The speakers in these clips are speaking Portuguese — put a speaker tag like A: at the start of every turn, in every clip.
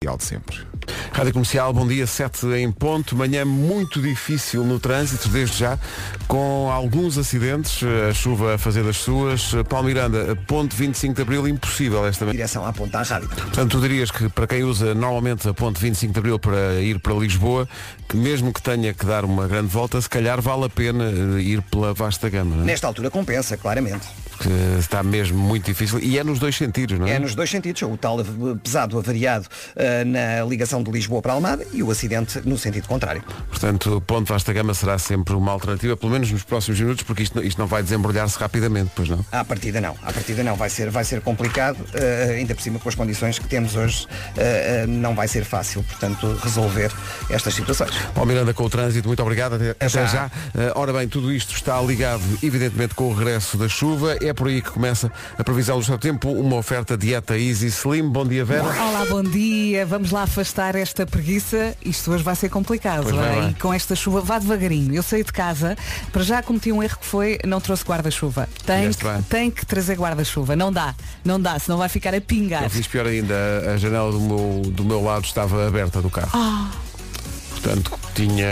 A: comercial de sempre.
B: Rádio Comercial, bom dia, 7 em ponto. Manhã muito difícil no trânsito, desde já, com alguns acidentes, eh, a chuva a fazer das suas. Eh, Paulo Miranda, ponte 25 de Abril, impossível esta manhã.
C: Direção à ponta à rádio.
B: Portanto, tu dirias que para quem usa normalmente a ponte 25 de Abril para ir para Lisboa, que mesmo que tenha que dar uma grande volta, se calhar vale a pena eh, ir pela vasta gama, não é?
C: Nesta altura compensa, claramente.
B: porque está mesmo muito difícil e é nos dois sentidos, não é?
C: É nos dois sentidos, o tal eh, pesado avariado eh, na ligação de Lisboa para Almada e o acidente no sentido contrário.
B: Portanto, ponto vasta gama será sempre uma alternativa, pelo menos nos próximos minutos, porque isto, isto não vai desembrulhar-se rapidamente, pois não?
C: À partida não, à partida não, vai ser, vai ser complicado, eh, ainda por cima com as condições que temos hoje, eh, eh, não vai ser fácil, portanto, resolver estas situações.
B: Paulo Miranda com o trânsito, muito obrigado, até, até já.
C: Já.
B: Eh, ora bem, tudo isto está ligado, evidentemente, com o regresso da chuva. É por aí que começa a previsão do seu tempo, uma oferta dieta Easy Slim. Bom dia, Vera.
D: Olá, bom dia. Vamos lá afastar esta preguiça. Isto hoje vai ser complicado.
B: Pois vai,
D: hein?
B: vai.
D: E com esta chuva, vá devagarinho. Eu saí de casa, para já cometi um erro que foi, não trouxe guarda-chuva. Tem,
B: Fizeste bem.
D: que- tem que trazer guarda-chuva. Não dá, não dá, senão vai ficar a pingar.
B: Eu fiz pior ainda, a- a janela do meu, do meu lado estava aberta do carro.
D: Ah,
B: Portanto, tinha.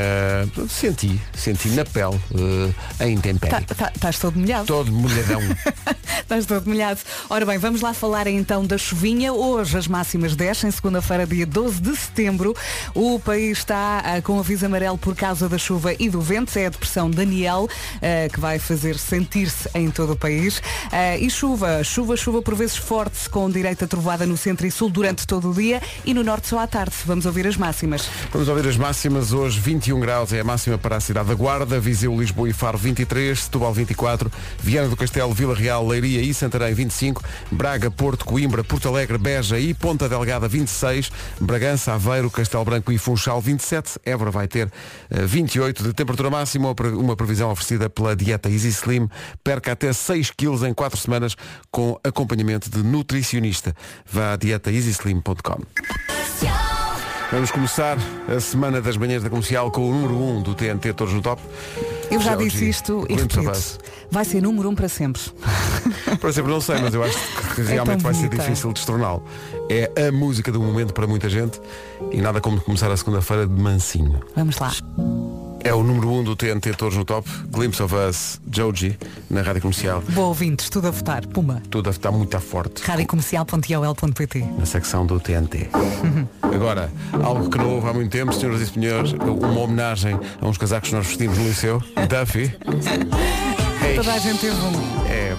B: Senti, senti na pele, eh, a intempérie.
D: Tá- tá- Estás todo molhado.
B: Todo molhadão.
D: Estás todo molhado. Ora bem, vamos lá falar então da chuvinha. Hoje as máximas descem, segunda-feira, dia 12 de setembro. O país está ah, com aviso amarelo por causa da chuva e do vento. É a depressão Daniel, ah, que vai fazer sentir-se em todo o país. Ah, e chuva, chuva, chuva por vezes forte, com direita trovada no centro e sul durante todo o dia e no norte só à tarde. Vamos ouvir as máximas.
B: Vamos ouvir as máximas. Hoje 21 graus é a máxima para a cidade da Guarda, Viseu, Lisboa e Faro 23, Setúbal 24, Viana do Castelo, Vila Real, Leiria e Santarém 25, Braga, Porto, Coimbra, Porto Alegre, Beja e Ponta Delgada 26, Bragança, Aveiro, Castelo Branco e Funchal 27, Évora vai ter eh, 28 de temperatura máxima, uma pre- uma previsão oferecida pela dieta Easy Slim, perca até 6 quilos em 4 semanas com acompanhamento de nutricionista. Vá a dietaeasyslim.com. Vamos começar a semana das manhãs da comercial com o número 1 do TNT Todos no Top. é
D: Eu já
B: Georgie,
D: disse isto e
B: Gwen
D: repito.
B: Savassi.
D: Vai ser número um para sempre.
B: Para sempre não sei, mas eu acho que realmente vai ser
D: É bonita.
B: difícil destroná-lo. É a música do momento para muita gente e nada como começar a segunda-feira de mansinho.
D: Vamos lá.
B: É o número 1 do TNT Todos no Top, Glimpse of Us, Joji, na rádio comercial.
D: Boa ouvintes, tudo a votar. Puma.
B: Tudo a estar muito forte
D: radiocomercial.iol.pt
B: na secção do TNT. Agora, algo que não houve há muito tempo, senhoras e senhores, uma homenagem a uns casacos que nós vestimos no liceu, Duffy. Ei.
D: Toda a gente teve um.
B: É,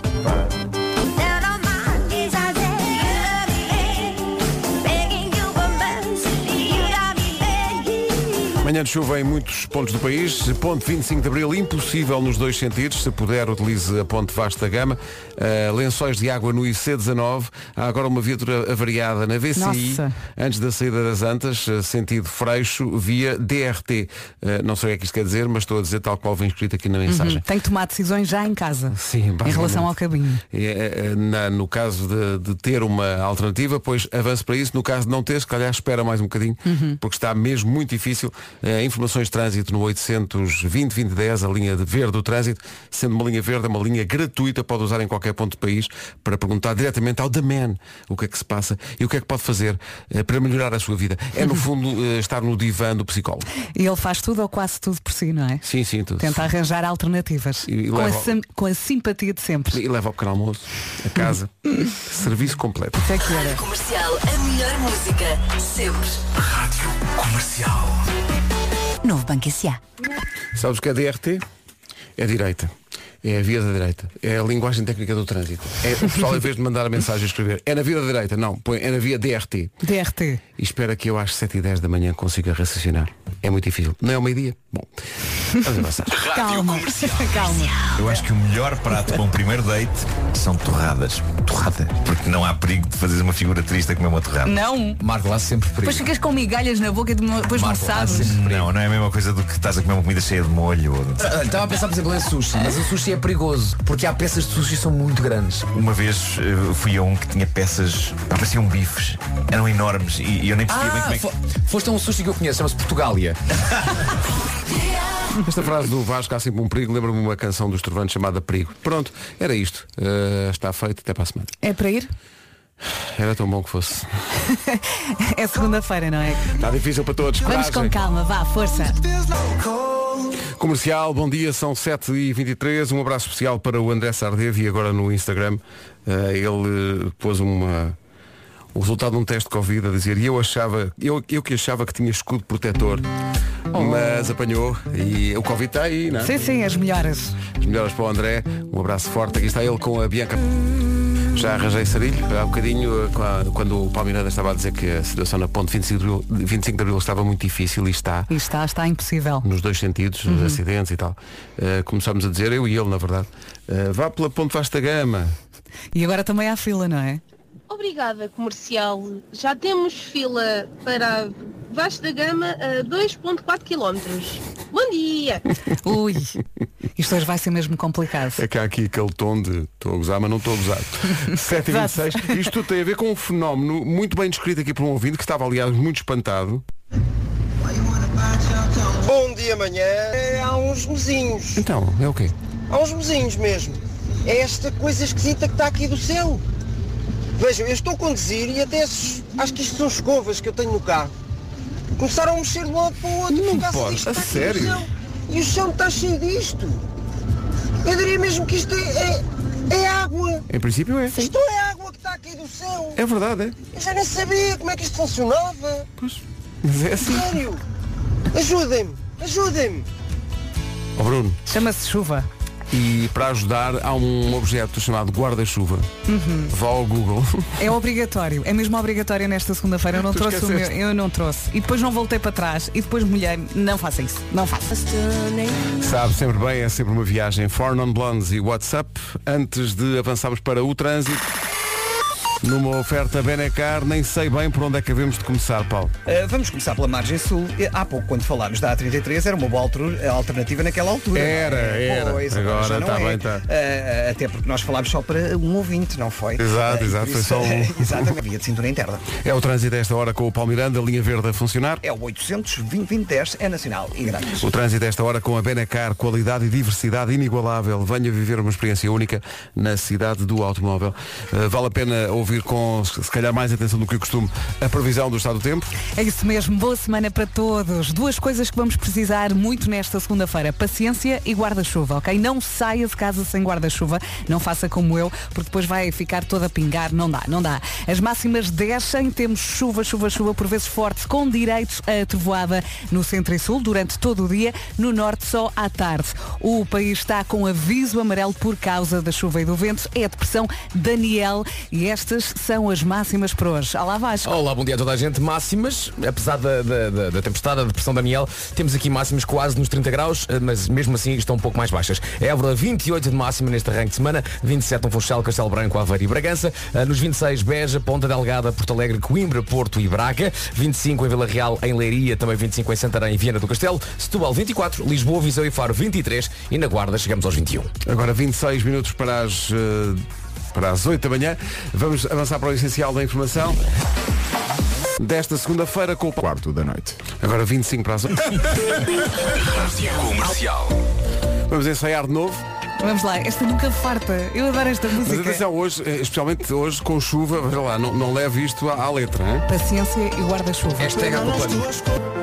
B: Manhã de chuva em muitos pontos do país. Ponte 25 de Abril, impossível nos dois sentidos. Se puder, utilize a ponte vasta gama. Ah, lençóis de água no IC19. Há agora uma viatura avariada na VCI,
D: Nossa.
B: antes da saída das Antas, ah, sentido Freixo, via DRT. Ah, não sei o que é que isto quer dizer, mas estou a dizer tal qual vem escrito aqui na mensagem.
D: Uhum. Tem que tomar decisões já em casa. Em
B: basicamente.
D: relação ao caminho.
B: É, é, é, na- no caso de, de ter uma alternativa, pois avance para isso. No caso de não ter, se calhar espera mais um bocadinho,
D: Uhum.
B: porque está mesmo muito difícil. Eh, informações de trânsito no 820-2010, a linha de verde do trânsito, sendo uma linha verde, é uma linha gratuita, pode usar em qualquer ponto do país, para perguntar diretamente ao The Man o que é que se passa e o que é que pode fazer eh, para melhorar a sua vida. É,
D: Uhum.
B: no fundo, eh, estar no divã do psicólogo.
D: E ele faz tudo ou quase tudo por si, não é?
B: Sim, sim, tudo.
D: Tenta arranjar alternativas.
B: E- e
D: com, a
B: leva-
D: sim- com a simpatia de sempre.
B: E leva ao pequeno almoço, a casa, serviço completo.
D: Até que era.
E: Comercial, a melhor música, sempre.
D: Novo Banco S.A.
B: Sabes o que é DRT? É direita. É a via da direita. É a linguagem técnica do trânsito. É, o pessoal, em vez de mandar a mensagem e escrever, é na via da direita. Não, põe, é na via DRT.
D: DRT.
B: E espera que eu às 7h10 da manhã consiga raciocinar. É muito difícil. Não é o meio-dia? Bom, vamos avançar.
D: Calma. Calma.
F: Eu acho que o melhor prato para um primeiro date são torradas. Torrada? Porque não há perigo de fazeres uma figura triste a comer uma torrada.
D: Não.
G: Marco, lá sempre perigo.
D: Depois ficas com migalhas na boca e depois não
G: Marco, há
D: sabes.
G: sempre perigo.
F: Não, não é a mesma coisa do que estás a comer uma comida cheia de molho. ou-
G: Olha, Estava a pensar, por exemplo, em sushi, mas o sushi é perigoso, porque há peças de sushi que são muito grandes.
F: Uma vez eh, fui a um que tinha peças, pá, pareciam bifes, eram enormes e, e eu nem percebia bem
G: Ah,
F: como é que.
G: fo- foste a um sushi que eu conheço, chama-se Portugália.
B: Esta frase do Vasco há sempre um perigo. Lembra-me uma canção dos Trovantes chamada Perigo. Pronto, era isto. Eh, está feito. Até para a semana.
D: É para ir?
B: Era tão bom que fosse.
D: É segunda-feira, não é?
B: Está difícil para todos.
D: Vamos com
B: coragem.
D: calma, vá, força.
B: Comercial, bom dia, são 7h23. Um abraço especial para o André Sardev e agora no Instagram eh, ele eh, pôs uma. O resultado de um teste de Covid a dizer, e eu achava, eu, eu que achava que tinha escudo protetor, mas apanhou e o Covid está aí, não é?
D: Oh. Sim, sim, as melhoras.
B: As melhoras para o André, um abraço forte, aqui está ele com a Bianca. Já arranjei sarilho, há bocadinho, eh, com a- quando o Paulo Miranda estava a dizer que a situação na ponte 25 de abril, 25 de abril estava muito difícil e está,
D: E está, está impossível. Uhum.
B: nos dois sentidos, nos acidentes e tal. Uh, começámos a dizer, eu e ele, na verdade, uh, vá pela Ponte Vasta Gama.
D: E agora também há fila, não é?
A: Obrigada, comercial. Já temos fila para a Vasta Gama a 2.4 km. Bom dia!
D: Ui, isto hoje vai ser mesmo complicado.
B: É que há aqui aquele tom de estou a gozar, mas não estou a gozar. 7 e 26 Isto tudo tem a ver com um fenómeno muito bem descrito aqui por um ouvinte que estava, aliás, muito espantado.
H: Bom dia amanhã. É, há uns mozinhos.
B: Então, é o quê?
H: Há uns mozinhos mesmo. É esta coisa esquisita que está aqui do céu. Vejam, eu estou a conduzir e até esses- acho que isto são escovas que eu tenho no carro. Começaram a mexer de um lado para o outro.
B: Não
H: por causa
B: pode,
H: disto
B: a
H: que está aqui
B: sério?
H: do céu. E o chão está cheio disto. Eu diria mesmo que isto é, é, é água.
B: Em princípio é.
H: Isto é água que está aqui do céu.
B: É verdade, é.
H: Eu já nem sabia como é que isto funcionava.
B: Pois. Mas é assim.
H: Sério. Ajudem-me. Ajudem-me.
B: Ó Oh, Bruno,
D: Chama-se chuva.
B: e para ajudar há um objeto chamado guarda-chuva. Vá ao Google.
D: Uhum. É obrigatório, é mesmo obrigatório nesta segunda-feira. Eu não
B: Tu
D: trouxe o meu,
B: esqueceste.
D: eu não trouxe. E depois não voltei para trás. E depois mulher, não faça isso, não faça.
B: Sabe sempre bem, é sempre uma viagem. Four non blondes e WhatsApp. Antes de avançarmos para o trânsito, numa oferta Benecar, nem sei bem por onde é que havemos de começar, Paulo.
C: Uh, vamos começar pela margem sul. Eh, Há pouco, quando falámos da A33, era uma boa altru- alternativa naquela altura.
B: Era,
C: não é?
B: era.
C: Pois, agora,
B: Agora
C: já não
B: tá
C: é.
B: bem, tá.
C: Uh, até porque nós falámos só para um ouvinte, não foi?
B: Exato,
C: Eh,
B: exato,
C: por
B: foi só um.
C: Exatamente, via de cintura interna.
B: É o trânsito a esta hora com o Paulo Miranda, linha verde a funcionar.
C: É o 800 é nacional e grátis.
B: O trânsito a esta hora com a Benacar, qualidade e diversidade inigualável. Venha viver uma experiência única na cidade do automóvel. Eh, vale a pena ouvir com, se calhar, mais atenção do que o costume, a previsão do estado do tempo.
D: É isso mesmo, boa semana para todos. Duas coisas que vamos precisar muito nesta segunda-feira: paciência e guarda-chuva, ok? Não saia de casa sem guarda-chuva, não faça como eu, porque depois vai ficar toda a pingar, não dá, não dá. As máximas descem, temos chuva, chuva, chuva, por vezes forte, com direitos a trovoada no centro e sul durante todo o dia, no norte só à tarde. O país está com aviso amarelo por causa da chuva e do vento, é a depressão Daniel e estas são as máximas para hoje. Alá Vasco.
G: Olá, bom dia a toda a gente. Máximas, apesar da, da, da- da tempestade, da depressão Daniel, temos aqui máximas quase nos 30 graus, eh, mas mesmo assim estão um pouco mais baixas. Évora, 28 de máxima neste arranque de semana, 27 no Funchal, Castelo Branco, Aveiro e Bragança, eh, nos 26 Beja, Ponta Delgada, Porto Alegre, Coimbra, Porto e Braga, 25 em Vila Real, em Leiria, também 25 em Santarém e Viana do Castelo, Setúbal 24, Lisboa, Viseu e Faro 23 e um. na Guarda chegamos aos 21.
B: Agora 26 minutos para as, eh, para as 8 da manhã. Vamos avançar para o essencial da informação. Desta segunda-feira com o quarto da noite. Agora 25 para as 8.
F: Comercial.
B: Vamos ensaiar de novo.
D: Vamos lá, esta nunca farta. Eu adoro esta
B: Mas
D: música.
B: atenção, hoje, eh, especialmente hoje, com chuva, veja lá, não, não leve isto à, à letra, hein?
D: Paciência e guarda-chuva.
B: é
G: Hashtag água plana.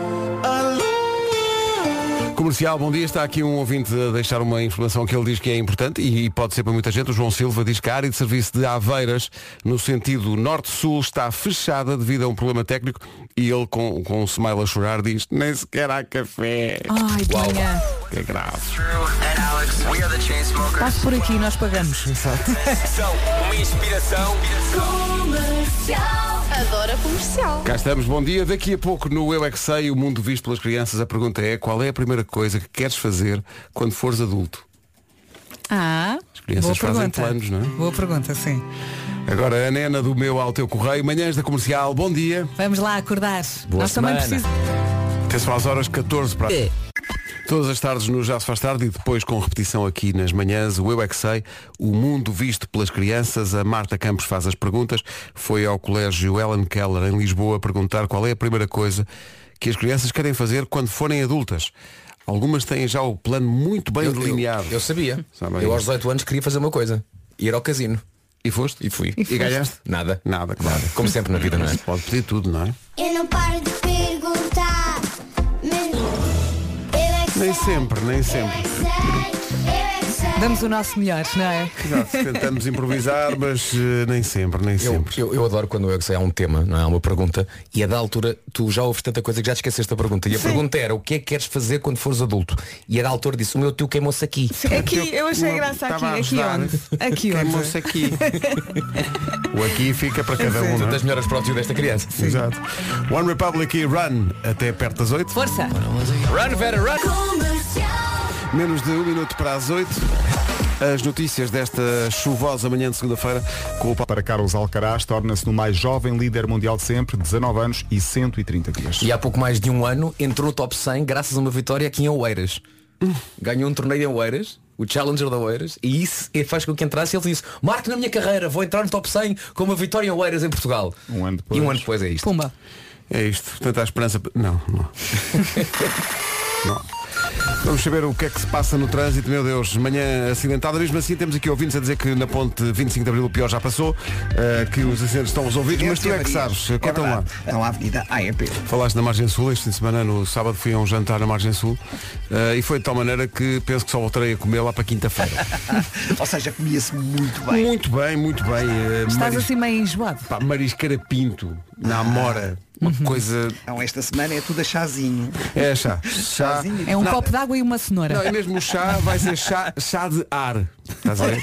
B: Comercial, bom dia. Está aqui um ouvinte a deixar uma informação que ele diz que é importante e pode ser para muita gente. O João Silva diz que a área de serviço de Aveiras, no sentido norte-sul, está fechada devido a um problema técnico e ele, com, com um smile a chorar, diz nem sequer há café.
D: Ai, de manhã.
B: Que é grave.
D: Passe por aqui, nós pagamos.
A: Adora comercial.
B: Cá estamos, bom dia. Daqui a pouco no Eu É Que Sei, o mundo visto pelas crianças, a pergunta é qual é a primeira coisa que queres fazer quando fores adulto?
D: Ah,
B: crianças
D: boa
B: fazem
D: pergunta.
B: planos, não é?
D: Boa pergunta, sim.
B: Agora, a Nena do meu ao teu correio, manhãs da comercial, bom dia.
D: Vamos lá acordar.
G: Boa
D: nós também
G: semana.
D: precisamos. É.
B: Atenção às horas 14 para. Todas as tardes no Já se faz tarde e depois com repetição aqui nas manhãs, o Eu É Que Sei, o mundo visto pelas crianças, a Marta Campos faz as perguntas, foi ao colégio Ellen Keller em Lisboa perguntar qual é a primeira coisa que as crianças querem fazer quando forem adultas. Algumas têm já o plano muito bem
G: Eu- eu-
B: delineado.
G: Eu, sabia.
B: Sabe aí.
G: Eu aos 18 anos queria fazer uma coisa. Ir ao casino.
B: E foste?
G: E fui.
B: E ganhaste?
G: Nada.
B: Nada, claro.
G: Como sempre na vida, não é?
B: Pode pedir tudo, não é?
I: Eu não paro de perguntar, mesmo. Eu é que
B: Nem
I: sei,
B: sempre, nem
I: Eu
B: sempre.
I: é que sei, eu é que sei.
D: Damos o nosso melhor, não é?
B: Exato, Tentamos improvisar, mas eh, nem sempre, nem
G: Eu,
B: sempre.
G: eu, eu adoro quando eu sei há um tema, não é? Há uma pergunta e a da altura tu já ouves tanta coisa que já te esqueceste da pergunta. E a pergunta era o que é que queres fazer quando fores adulto? E a da altura disse, o meu tio queimou-se aqui.
D: Aqui, eu achei
B: Não,
D: graça aqui.
B: estava a
D: Aqui
B: ajudar.
D: onde? Aqui
B: Queimou-se
D: onde?
B: aqui. o aqui fica para cada um,
G: Uma
B: não é?
G: das melhores para o tio desta criança.
B: Exato. One Republic e Run até perto das 8.
D: Força!
G: Run, Vera, run!
B: Menos de um minuto para as 8. As notícias desta chuvosa manhã de segunda-feira com o Paulo.
J: Para Carlos Alcaraz, torna-se no mais jovem líder mundial de sempre, 19 anos e 130 dias.
G: E há pouco mais de um ano entrou no top 100 graças a uma vitória aqui em Oeiras. Ganhou um torneio em Oeiras, o Challenger da Oeiras, e isso faz com que entrasse e ele disse, marco na minha carreira, vou entrar no top 100 com uma vitória em Oeiras em Portugal.
J: Um ano depois.
G: E um ano depois é isto.
D: Pumba!
B: É isto. Portanto, há esperança. Não, não. não. Vamos saber o que é que se passa no trânsito, meu Deus, manhã acidentada. Mesmo assim, temos aqui ouvintes a dizer que na ponte 25 de Abril o pior já passou, eh, que os acidentes estão resolvidos, mas tu é que sabes.
C: É
B: Conta lá.
C: verdade. Então, a Avenida AEP.
B: Falaste na Margem Sul, este fim de semana, no sábado, fui a um jantar na Margem Sul eh, e foi de tal maneira que penso que só voltarei a comer lá para quinta-feira.
C: Ou seja, comia-se muito bem.
B: muito bem, muito bem. eh,
D: Estás
B: maris-
D: assim meio enjoado.
B: pá, marisqueira pinto, na Amora, uma
D: Uhum.
B: coisa.
C: Ah. Então, esta semana é tudo a chazinho.
B: É chá. Chá.
C: Chazinho e
D: É um
C: tudo.
D: copo d'água e uma cenoura.
B: Não, é mesmo o chá, vai ser chá, chá de ar. Estás a ver?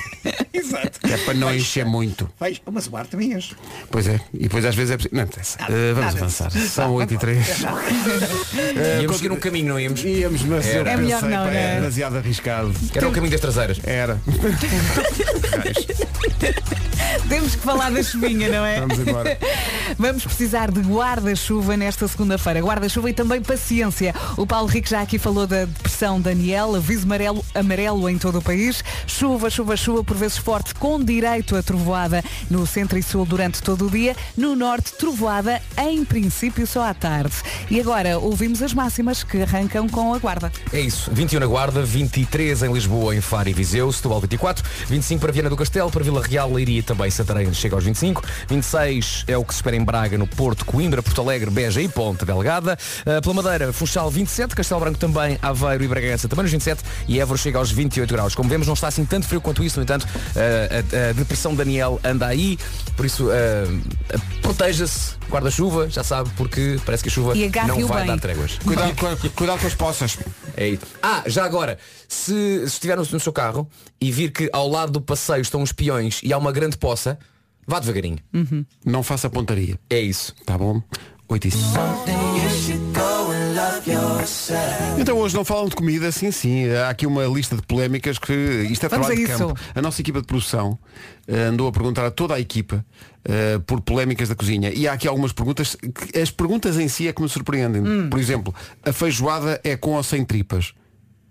C: Exato.
B: Que é para não encher muito.
C: Vais para uma suar também és.
B: Pois é. E depois às vezes é preciso. Não interessa. Eh, vamos
C: nada.
B: avançar. São 8 e 3.
G: Íamos seguir um caminho, não íamos?
B: Íamos, mas eu
D: É melhor
B: pensei, pá,
D: não, não é?
B: é demasiado arriscado.
G: Era o caminho das traseiras.
B: Era.
D: Temos que falar da chuvinha, não é?
B: Vamos embora.
D: Vamos precisar de guarda-chuva nesta segunda-feira. Guarda-chuva e também paciência. O Paulo Rico já aqui falou da depressão Daniel, aviso amarelo, amarelo em todo o país. Chuva, chuva, chuva, por vezes forte, com direito a trovoada no centro e sul durante todo o dia. No norte, trovoada, em princípio só à tarde. E agora ouvimos as máximas que arrancam com a guarda.
G: É isso, 21 na Guarda, 23 em Lisboa, em Faro e Viseu, Setúbal 24, 25 para Viana do Castelo, para Vila Real, Leiria e também Santarém chega aos 25, 26 é o que se espera em Braga, no Porto, Coimbra, Porto Alegre, Beja e Ponte Delgada, Ah, pela Madeira, Funchal 27, Castelo Branco também, Aveiro e Bragança também nos 27 e Évora chega aos 28 graus. Como vemos não está assim tanto frio quanto isso, no entanto, ah, a, a depressão Daniel anda aí, por isso ah, proteja-se, guarda-chuva, já sabe, porque parece que a chuva
D: E agarre-o
G: não vai
D: bem.
G: dar tréguas.
B: Cuidado com, a- cuidado com as poças.
G: É isso. Ah, já agora, se, se estiver no, no seu carro e vir que ao lado do passeio estão uns peões e há uma grande poça, vá devagarinho.
D: Uhum.
B: Não faça pontaria.
G: É isso.
B: Tá bom? 8 e 5. Então hoje não falam de comida, sim, sim. Há aqui uma lista de polémicas que isto é
D: Vamos
B: trabalho
D: a
B: de
D: isso.
B: campo. A nossa equipa de produção eh, andou a perguntar a toda a equipa eh, por polémicas da cozinha. E há aqui algumas perguntas. que- as perguntas em si é que me surpreendem.
D: Hum.
B: Por exemplo, a feijoada é com ou sem tripas?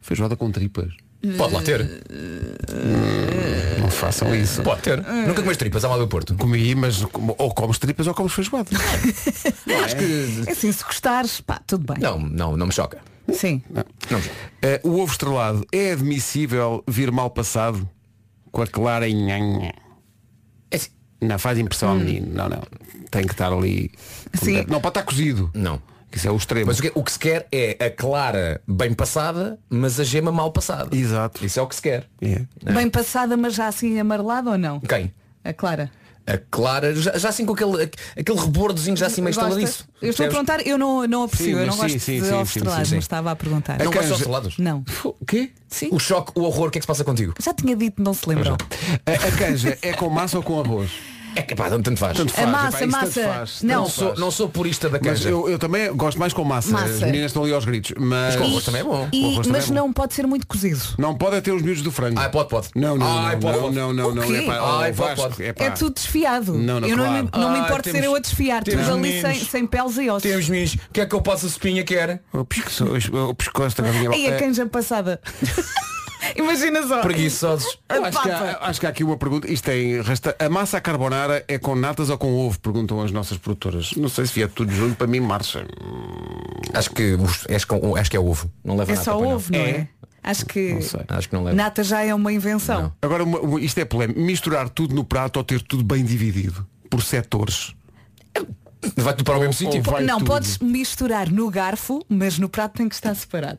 B: Feijoada com tripas.
G: Pode lá ter.
D: Eh.
B: Não façam isso.
G: Pode ter. Nunca comes tripas, há um mal do Porto.
B: Comi, mas com- ou comes tripas ou comes feijoada.
D: É assim, se gostares, pá, tudo bem.
G: Não, não, não me choca.
D: Sim.
G: Não me choca.
B: Eh, o ovo estrelado é admissível vir mal passado com a clara em nhanha?
G: É assim, Hum.
B: Não faz impressão ao menino, não, não. Tem que estar ali.
D: Sim.
B: Não, pode estar cozido.
G: Não.
B: Isso é o extremo.
G: Mas o que, o que se quer é a clara bem passada, mas a gema mal passada.
B: Exato.
G: Isso é o que se quer.
B: É.
D: Bem passada, mas já assim amarelada ou não?
G: Quem?
D: A Clara.
G: A clara, já, já assim com aquele, aquele rebordozinho já assim meio
D: Gosta?
G: estaladiço.
D: Eu estou a
G: Percebes?
D: perguntar, eu não, não aprecio,
B: Sim,
D: eu
B: mas
D: não
B: sim,
D: gosto
B: sim,
D: de
B: sim,
D: ovos
B: sim,
D: estrelados,
B: sim, sim.
D: mas estava a perguntar.
G: Não
B: Canja.
G: gostas de salados?
D: Não.
B: O quê?
D: Sim.
G: O choque, o horror, o que é que se passa contigo?
D: Já tinha dito que não se lembrou.
B: A, a canja é com massa ou com arroz?
G: É que pá, tanto faz.
B: Tanto
D: A
B: Faz, epá,
D: massa,
B: isso tanto
D: massa.
B: faz,
D: não.
G: Não sou, não sou purista da
B: Mas
G: canja.
B: eu, eu também gosto mais com massa.
D: Massa.
B: As meninas estão ali aos gritos. Mas,
G: Mas com arroz também é bom.
D: E-
B: O arroz também
D: mas
B: é bom.
D: não pode ser muito cozido.
B: Não pode é ter os miúdos do frango.
G: Ai, pode, pode.
B: Não, não,
G: Ai,
B: não,
G: pode,
B: não,
G: pode.
B: não, não, não,
D: O quê?
B: é pá, oh,
G: Ai, pode,
B: Vasco,
G: pode.
B: é pá.
D: É tudo desfiado.
B: Não, não,
D: eu não,
B: claro. Ah,
D: me- não me
G: Ai,
D: importa
G: temos-
D: ser eu a desfiar, tudo
G: temos
D: ali
G: meninos.
D: sem, sem peles e ossos.
G: Temos meninos, o que é que eu passo a sopinha quer?
B: O pescoço, o pescoço da galinha.
D: E a
B: É,
D: canja passada. Imagina só.
G: Preguiçosos.
D: A
B: Acho que,
D: É papa.
B: há, acho que há aqui uma pergunta. Isto tem rasta. A massa à carbonara é com natas ou com ovo? Perguntam as nossas produtoras. Não sei se vier tudo junto, para mim marcha.
G: Hum. Acho que, os- acho que, acho que é ovo. Não leva
D: É
G: nada
D: só
G: pois não.
D: ovo, não é? Acho que
G: Acho que não leva.
D: nata já é uma invenção.
B: Agora, uma- uma- isto é polémico. Misturar tudo no prato ou ter tudo bem dividido por setores.
G: Vai tudo para o mesmo sítio.
B: Um Vai
D: não,
B: tudo.
D: podes misturar no garfo, mas no prato tem que estar separado.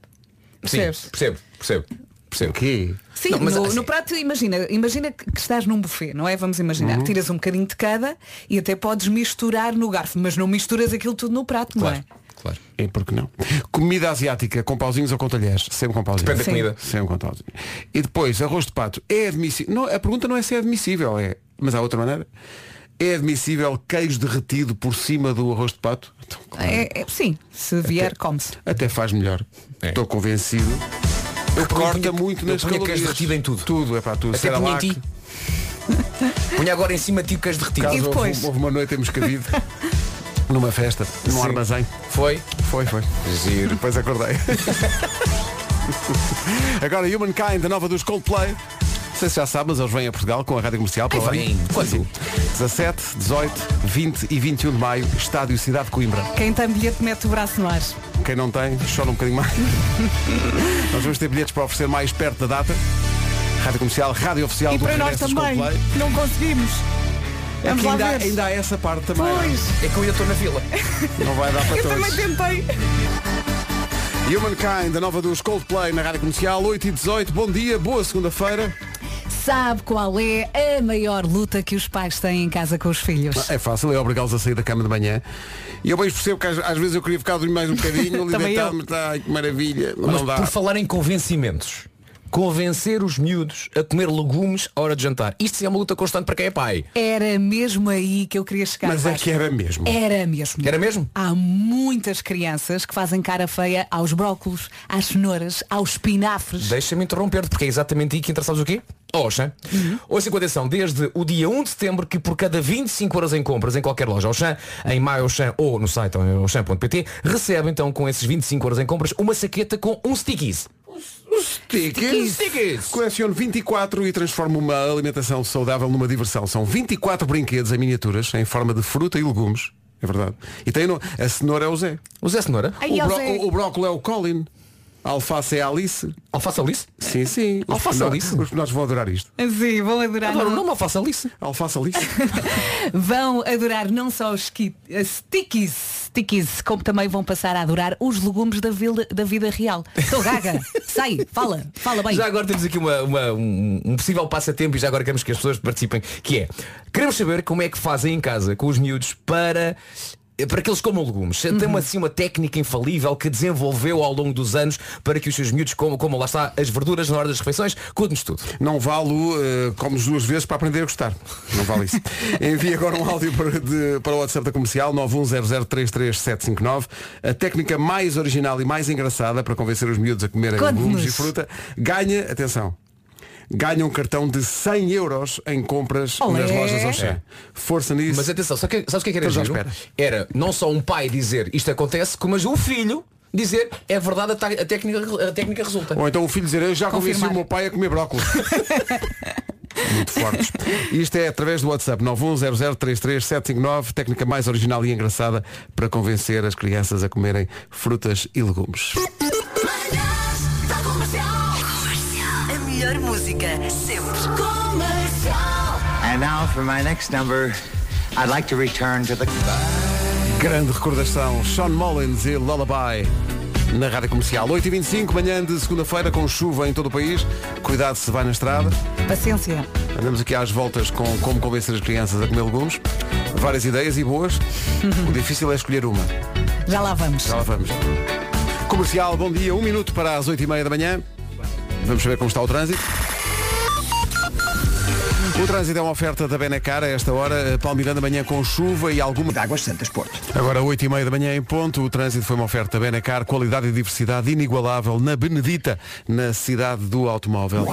G: Sim,
D: Percebes?
G: percebo, percebo. Percebo. O
B: quê?
D: Sim,
G: Não, mas
D: no,
G: assim-
D: no prato, imagina, imagina que que estás num buffet, não é? Vamos imaginar.
G: Uhum.
D: Tiras um bocadinho de cada e até podes misturar no garfo, mas não misturas aquilo tudo no prato, não é?
G: Claro.
B: É porque não. Comida asiática, com pauzinhos ou com talheres? Sempre com pauzinhos.
G: Depende da Sim. comida.
B: Sempre com pauzinhos. E depois, arroz de pato. É admissível. Não, a pergunta não é se é admissível, é. Mas há outra maneira. É admissível queijo derretido por cima do arroz de pato? Então,
D: É- é- sim, se vier, come-se.
B: Até faz melhor. Estou convencido. Eu corta muito nas
G: É. punha queijo
B: calorias.
G: derretido em tudo.
B: Tudo, é para tudo.
G: Até punha em
B: Cerelac.
G: ti. Punha agora em cima tipo de ti o queijo derretido.
B: Caso Houve, houve uma noite em Moscavide Numa festa, num
G: Sim.
B: armazém
G: Foi?
B: Foi, foi
G: Giro.
B: Depois acordei Agora Humankind, a nova dos Coldplay Não sei se já sabe, mas eles vêm a Portugal com a Rádio Comercial para
G: Ai,
B: o ano.
G: vêm. Quando?
B: Sim, sim. 17, 18, 20 e 21 de maio Estádio Cidade de Coimbra
D: Quem tem bilhete mete o braço no ar.
B: Quem não tem, chora um bocadinho mais Nós vamos ter bilhetes para oferecer mais perto da data Rádio Comercial, Rádio Oficial
D: E
B: do
D: para nós
B: regresso dos
D: também,
B: Coldplay
D: não conseguimos.
B: É
D: Vamos
B: que
D: lá
B: ainda,
D: ver.
B: ainda há essa parte também
D: Pois,
G: É que eu ainda estou na fila.
B: Não vai dar para
D: eu
B: todos
D: também tentei.
B: Humankind, a nova dos Coldplay na Rádio Comercial, 8 e 18 Bom dia, boa segunda-feira.
D: Sabe qual é a maior luta que os pais têm em casa com os filhos?
B: É fácil, é obrigá-los a sair da cama de manhã. E eu bem percebo que às, às vezes eu queria ficar a dormir mais um bocadinho,
D: Também
B: alimentar-me, tá, ai, que maravilha. Mas
G: Mas
B: não dá.
G: por falar em convencimentos, convencer os miúdos a comer legumes à hora de jantar. Isto sim é uma luta constante para quem é pai.
D: Era mesmo aí que eu queria chegar.
B: Mas é
D: Vasco.
B: que era mesmo.
D: Era mesmo.
G: Era mesmo?
D: Há muitas crianças que fazem cara feia aos brócolos, às cenouras, aos espinafres.
G: Deixa-me interromper-te, porque é exatamente aí que interessa sabes o quê? Oh, Oxan. Ouça com atenção, desde o dia 1 de setembro que por cada 25 horas em compras em qualquer loja Oxan, em MyOxan ou no site oxan.pt, recebe então com esses 25 horas em compras uma saqueta com um stickies.
B: Stickies.
G: Stickies.
B: é Coleciono 24 e transformo uma alimentação saudável numa diversão. São 24 brinquedos em miniaturas, em forma de fruta e legumes. É verdade. E tem no- a cenoura é o Zé.
G: O Zé Cenoura,
D: Ai,
B: o,
D: é o
B: bró-
D: Zé.
B: o- o brócolis é o Colin. A alface é a Alice.
G: alface alice?
B: Sim, sim. Os
G: Alface
B: pormenores-
G: Alice?
B: Os pormenores vão adorar isto.
D: Sim, vão adorar.
G: Adoro o
D: não-
G: nome alface alice.
B: Alface Alice.
D: Vão adorar não só os ki- eh, stickies, stickies, como também vão passar a adorar os legumes da, vil- da vida real. Estou gaga. Sai, fala, fala bem.
G: Já agora temos aqui uma- uma- um, um possível passatempo e já agora queremos que as pessoas participem, que é, queremos saber como é que fazem em casa com os miúdos para para que eles comam legumes. Se
D: Uhum.
G: Tem uma, assim, uma técnica infalível que desenvolveu ao longo dos anos para que os seus miúdos comam, comam lá está, as verduras na hora das refeições. Conte-nos tudo.
B: Não vale o eh, comes duas vezes para aprender a gostar. Não vale isso. Envie agora um áudio para, de- para o WhatsApp da comercial 910033759. A técnica mais original e mais engraçada para convencer os miúdos a comerem
D: Conte-nos.
B: legumes e fruta ganha, atenção, ganha um cartão de 100 euros em compras
D: Olé. É.
B: nas lojas Auchan. Força nisso.
G: É. Mas atenção, sabe o que, sabes o que é que era
B: Estamos à
G: giro?
B: espera.
G: Era não só um pai dizer isto acontece, mas o filho dizer é verdade, a, ta- a técnica, a técnica resulta.
B: Ou então o filho dizer, eu já convenci
D: Confirmar.
B: o meu pai a comer brócolis. Muito fortes. Isto é através do WhatsApp 910033759, técnica mais original e engraçada para convencer as crianças a comerem frutas e legumes.
E: Manhãs da comercial. A melhor música sempre. Comercial.
K: And now for my next number, I'd like to return to the...
B: Grande recordação, Sean Mullins e Lullaby na Rádio Comercial. 8h25, manhã de segunda-feira, com chuva em todo o país. Cuidado se vai na estrada.
D: Paciência.
B: Andamos aqui às voltas com como convencer as crianças a comer legumes. Várias ideias e boas. O difícil é escolher uma.
D: Já lá vamos.
B: Já lá vamos. Comercial, bom dia. Um minuto para as oito e meia da manhã. Vamos saber como está o trânsito. O trânsito é uma oferta da Benacar a esta hora. Palmeiranda amanhã com chuva e alguma...
C: De Águas Santas Porto.
B: Agora oito e meia da manhã em ponto. O trânsito foi uma oferta da Benacar. Qualidade e diversidade inigualável na Benedita, na cidade do automóvel.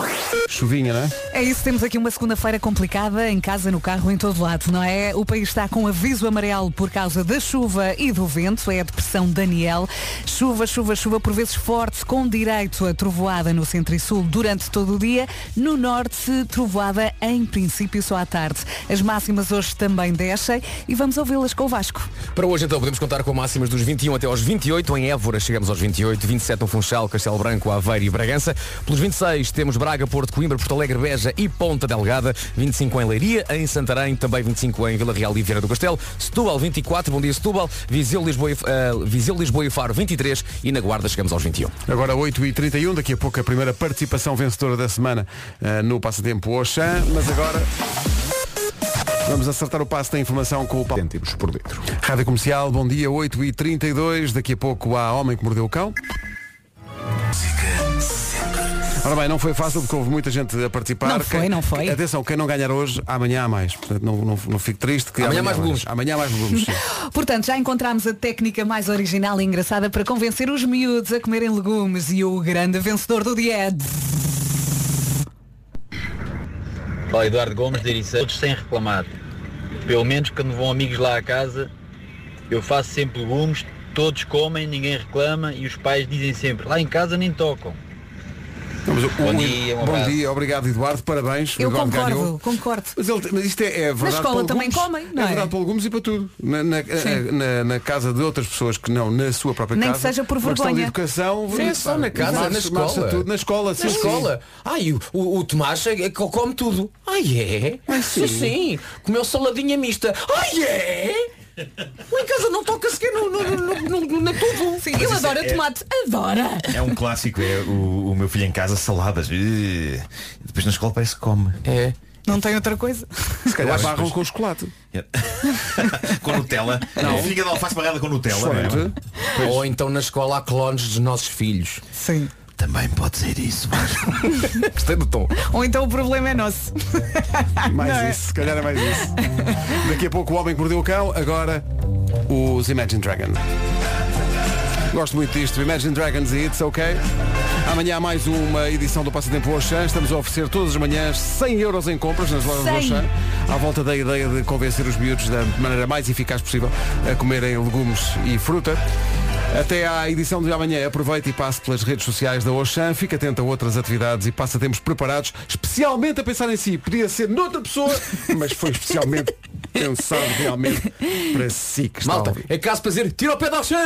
B: Chuvinha, não é?
D: É isso, temos aqui uma segunda-feira complicada em casa, no carro, em todo lado, não é? O país está com aviso amarelo por causa da chuva e do vento, é a depressão Daniel. Chuva, chuva, chuva, por vezes forte, com direito a trovoada no centro e sul durante todo o dia, no norte, trovoada em princípio só à tarde. As máximas hoje também descem e vamos ouvi-las com o Vasco.
G: Para hoje então podemos contar com máximas dos 21 até aos 28. Em Évora chegamos aos 28, 27 no Funchal, Castelo Branco, Aveiro e Bragança. Pelos 26 temos Braga, Porto, Coimbra, Porto Alegre, Beja e Ponta Delgada. 25 em Leiria, em Santarém, também 25 em Vila Real e Vieira do Castelo. Setúbal 24, bom dia Setúbal. Viseu, Lisboa e, eh, Viseu, Lisboa e Faro 23 e um. na Guarda chegamos aos 21.
B: Agora 8h31, daqui a pouco a primeira participação vencedora da semana eh, no Passatempo Oxã, mas agora vamos acertar o passo da informação com o Paulo. Cêntimos por litro. Rádio Comercial, bom dia, 8h32, daqui a pouco há Homem que Mordeu o Cão. Ora bem, não foi fácil porque houve muita gente a participar.
D: Não foi,
B: Quem-
D: não foi.
B: Atenção, quem não ganhar hoje, amanhã há mais. Portanto, não, não, não fique triste que
G: Amanhã
B: há
G: mais volumes.
B: Amanhã há mais volumes. sim.
D: Portanto, já encontramos a técnica mais original e engraçada para convencer os miúdos a comerem legumes e o grande vencedor do dia é...
L: Olá, Eduardo Gomes de Ericeira, todos sem reclamar. Pelo menos quando vão amigos lá à casa, eu faço sempre legumes, todos comem, ninguém reclama e os pais dizem sempre, lá em casa nem tocam.
B: Não, mas o-
L: Bom
B: o-
L: dia, um
B: bom
L: abraço.
B: dia, obrigado Eduardo, parabéns.
D: Eu
B: Eduardo
D: concordo,
B: ganhou.
D: concordo.
B: Mas, ele- mas isto é, é verdade.
D: escola
B: para
D: também
B: alguns,
D: comem, não é?
B: verdade para alguns e para tudo. Na, na-
D: Sim.
B: na- na casa de outras pessoas que não na sua própria
D: Nem que
B: casa.
D: seja por
B: uma questão
D: vergonha.
B: de educação.
G: Sim, só na casa,
B: marcha-
G: na escola.
B: marcha tudo, na escola,
G: Na
B: sim,
G: escola. Ai, o, o, o Tomás é- é- come tudo. Ai, é?
B: Ai, sim.
G: sim. Comeu saladinha mista. Ai, é? Lá em casa não toca sequer no, no, no, no, no- na tudo.
D: Sim,
F: Mas
D: eu
F: isso
D: adoro
F: é-
D: tomate, adora!
F: É um clássico, é o, o meu filho em casa, saladas. Eh, Depois na escola parece que come.
G: É.
D: Não tem outra coisa.
B: Se calhar
F: Eu acho que
B: barram
F: depois-
B: com chocolate.
F: com Nutella.
B: Não.
F: Fica de alface barrada com Nutella. não é?
G: Ou então na escola há clones dos nossos filhos.
D: Sim.
F: Também pode ser isso, Vasco.
G: Gostei do tom.
D: Ou então o problema é nosso.
B: Mais
D: Não é?
B: isso, se calhar é mais isso. Daqui a pouco o homem que mordeu o cão, agora os Imagine Dragons. Gosto muito disto, Imagine Dragons e It's OK. Amanhã há mais uma edição do Passatempo Oxã. Estamos a oferecer todas as manhãs 100 euros em compras nas lojas do
D: 100.
B: Oxã. À volta da ideia de convencer os miúdos da maneira mais eficaz possível a comerem legumes e fruta. Até à edição de amanhã, aproveite e passe pelas redes sociais da Oxã. Fique atento a outras atividades e passatempos preparados, especialmente a pensar em si. Podia ser noutra pessoa, mas foi especialmente pensado realmente para si que está a
G: Malta,
B: ouvir.
G: é caso para dizer, tira o pé da chão.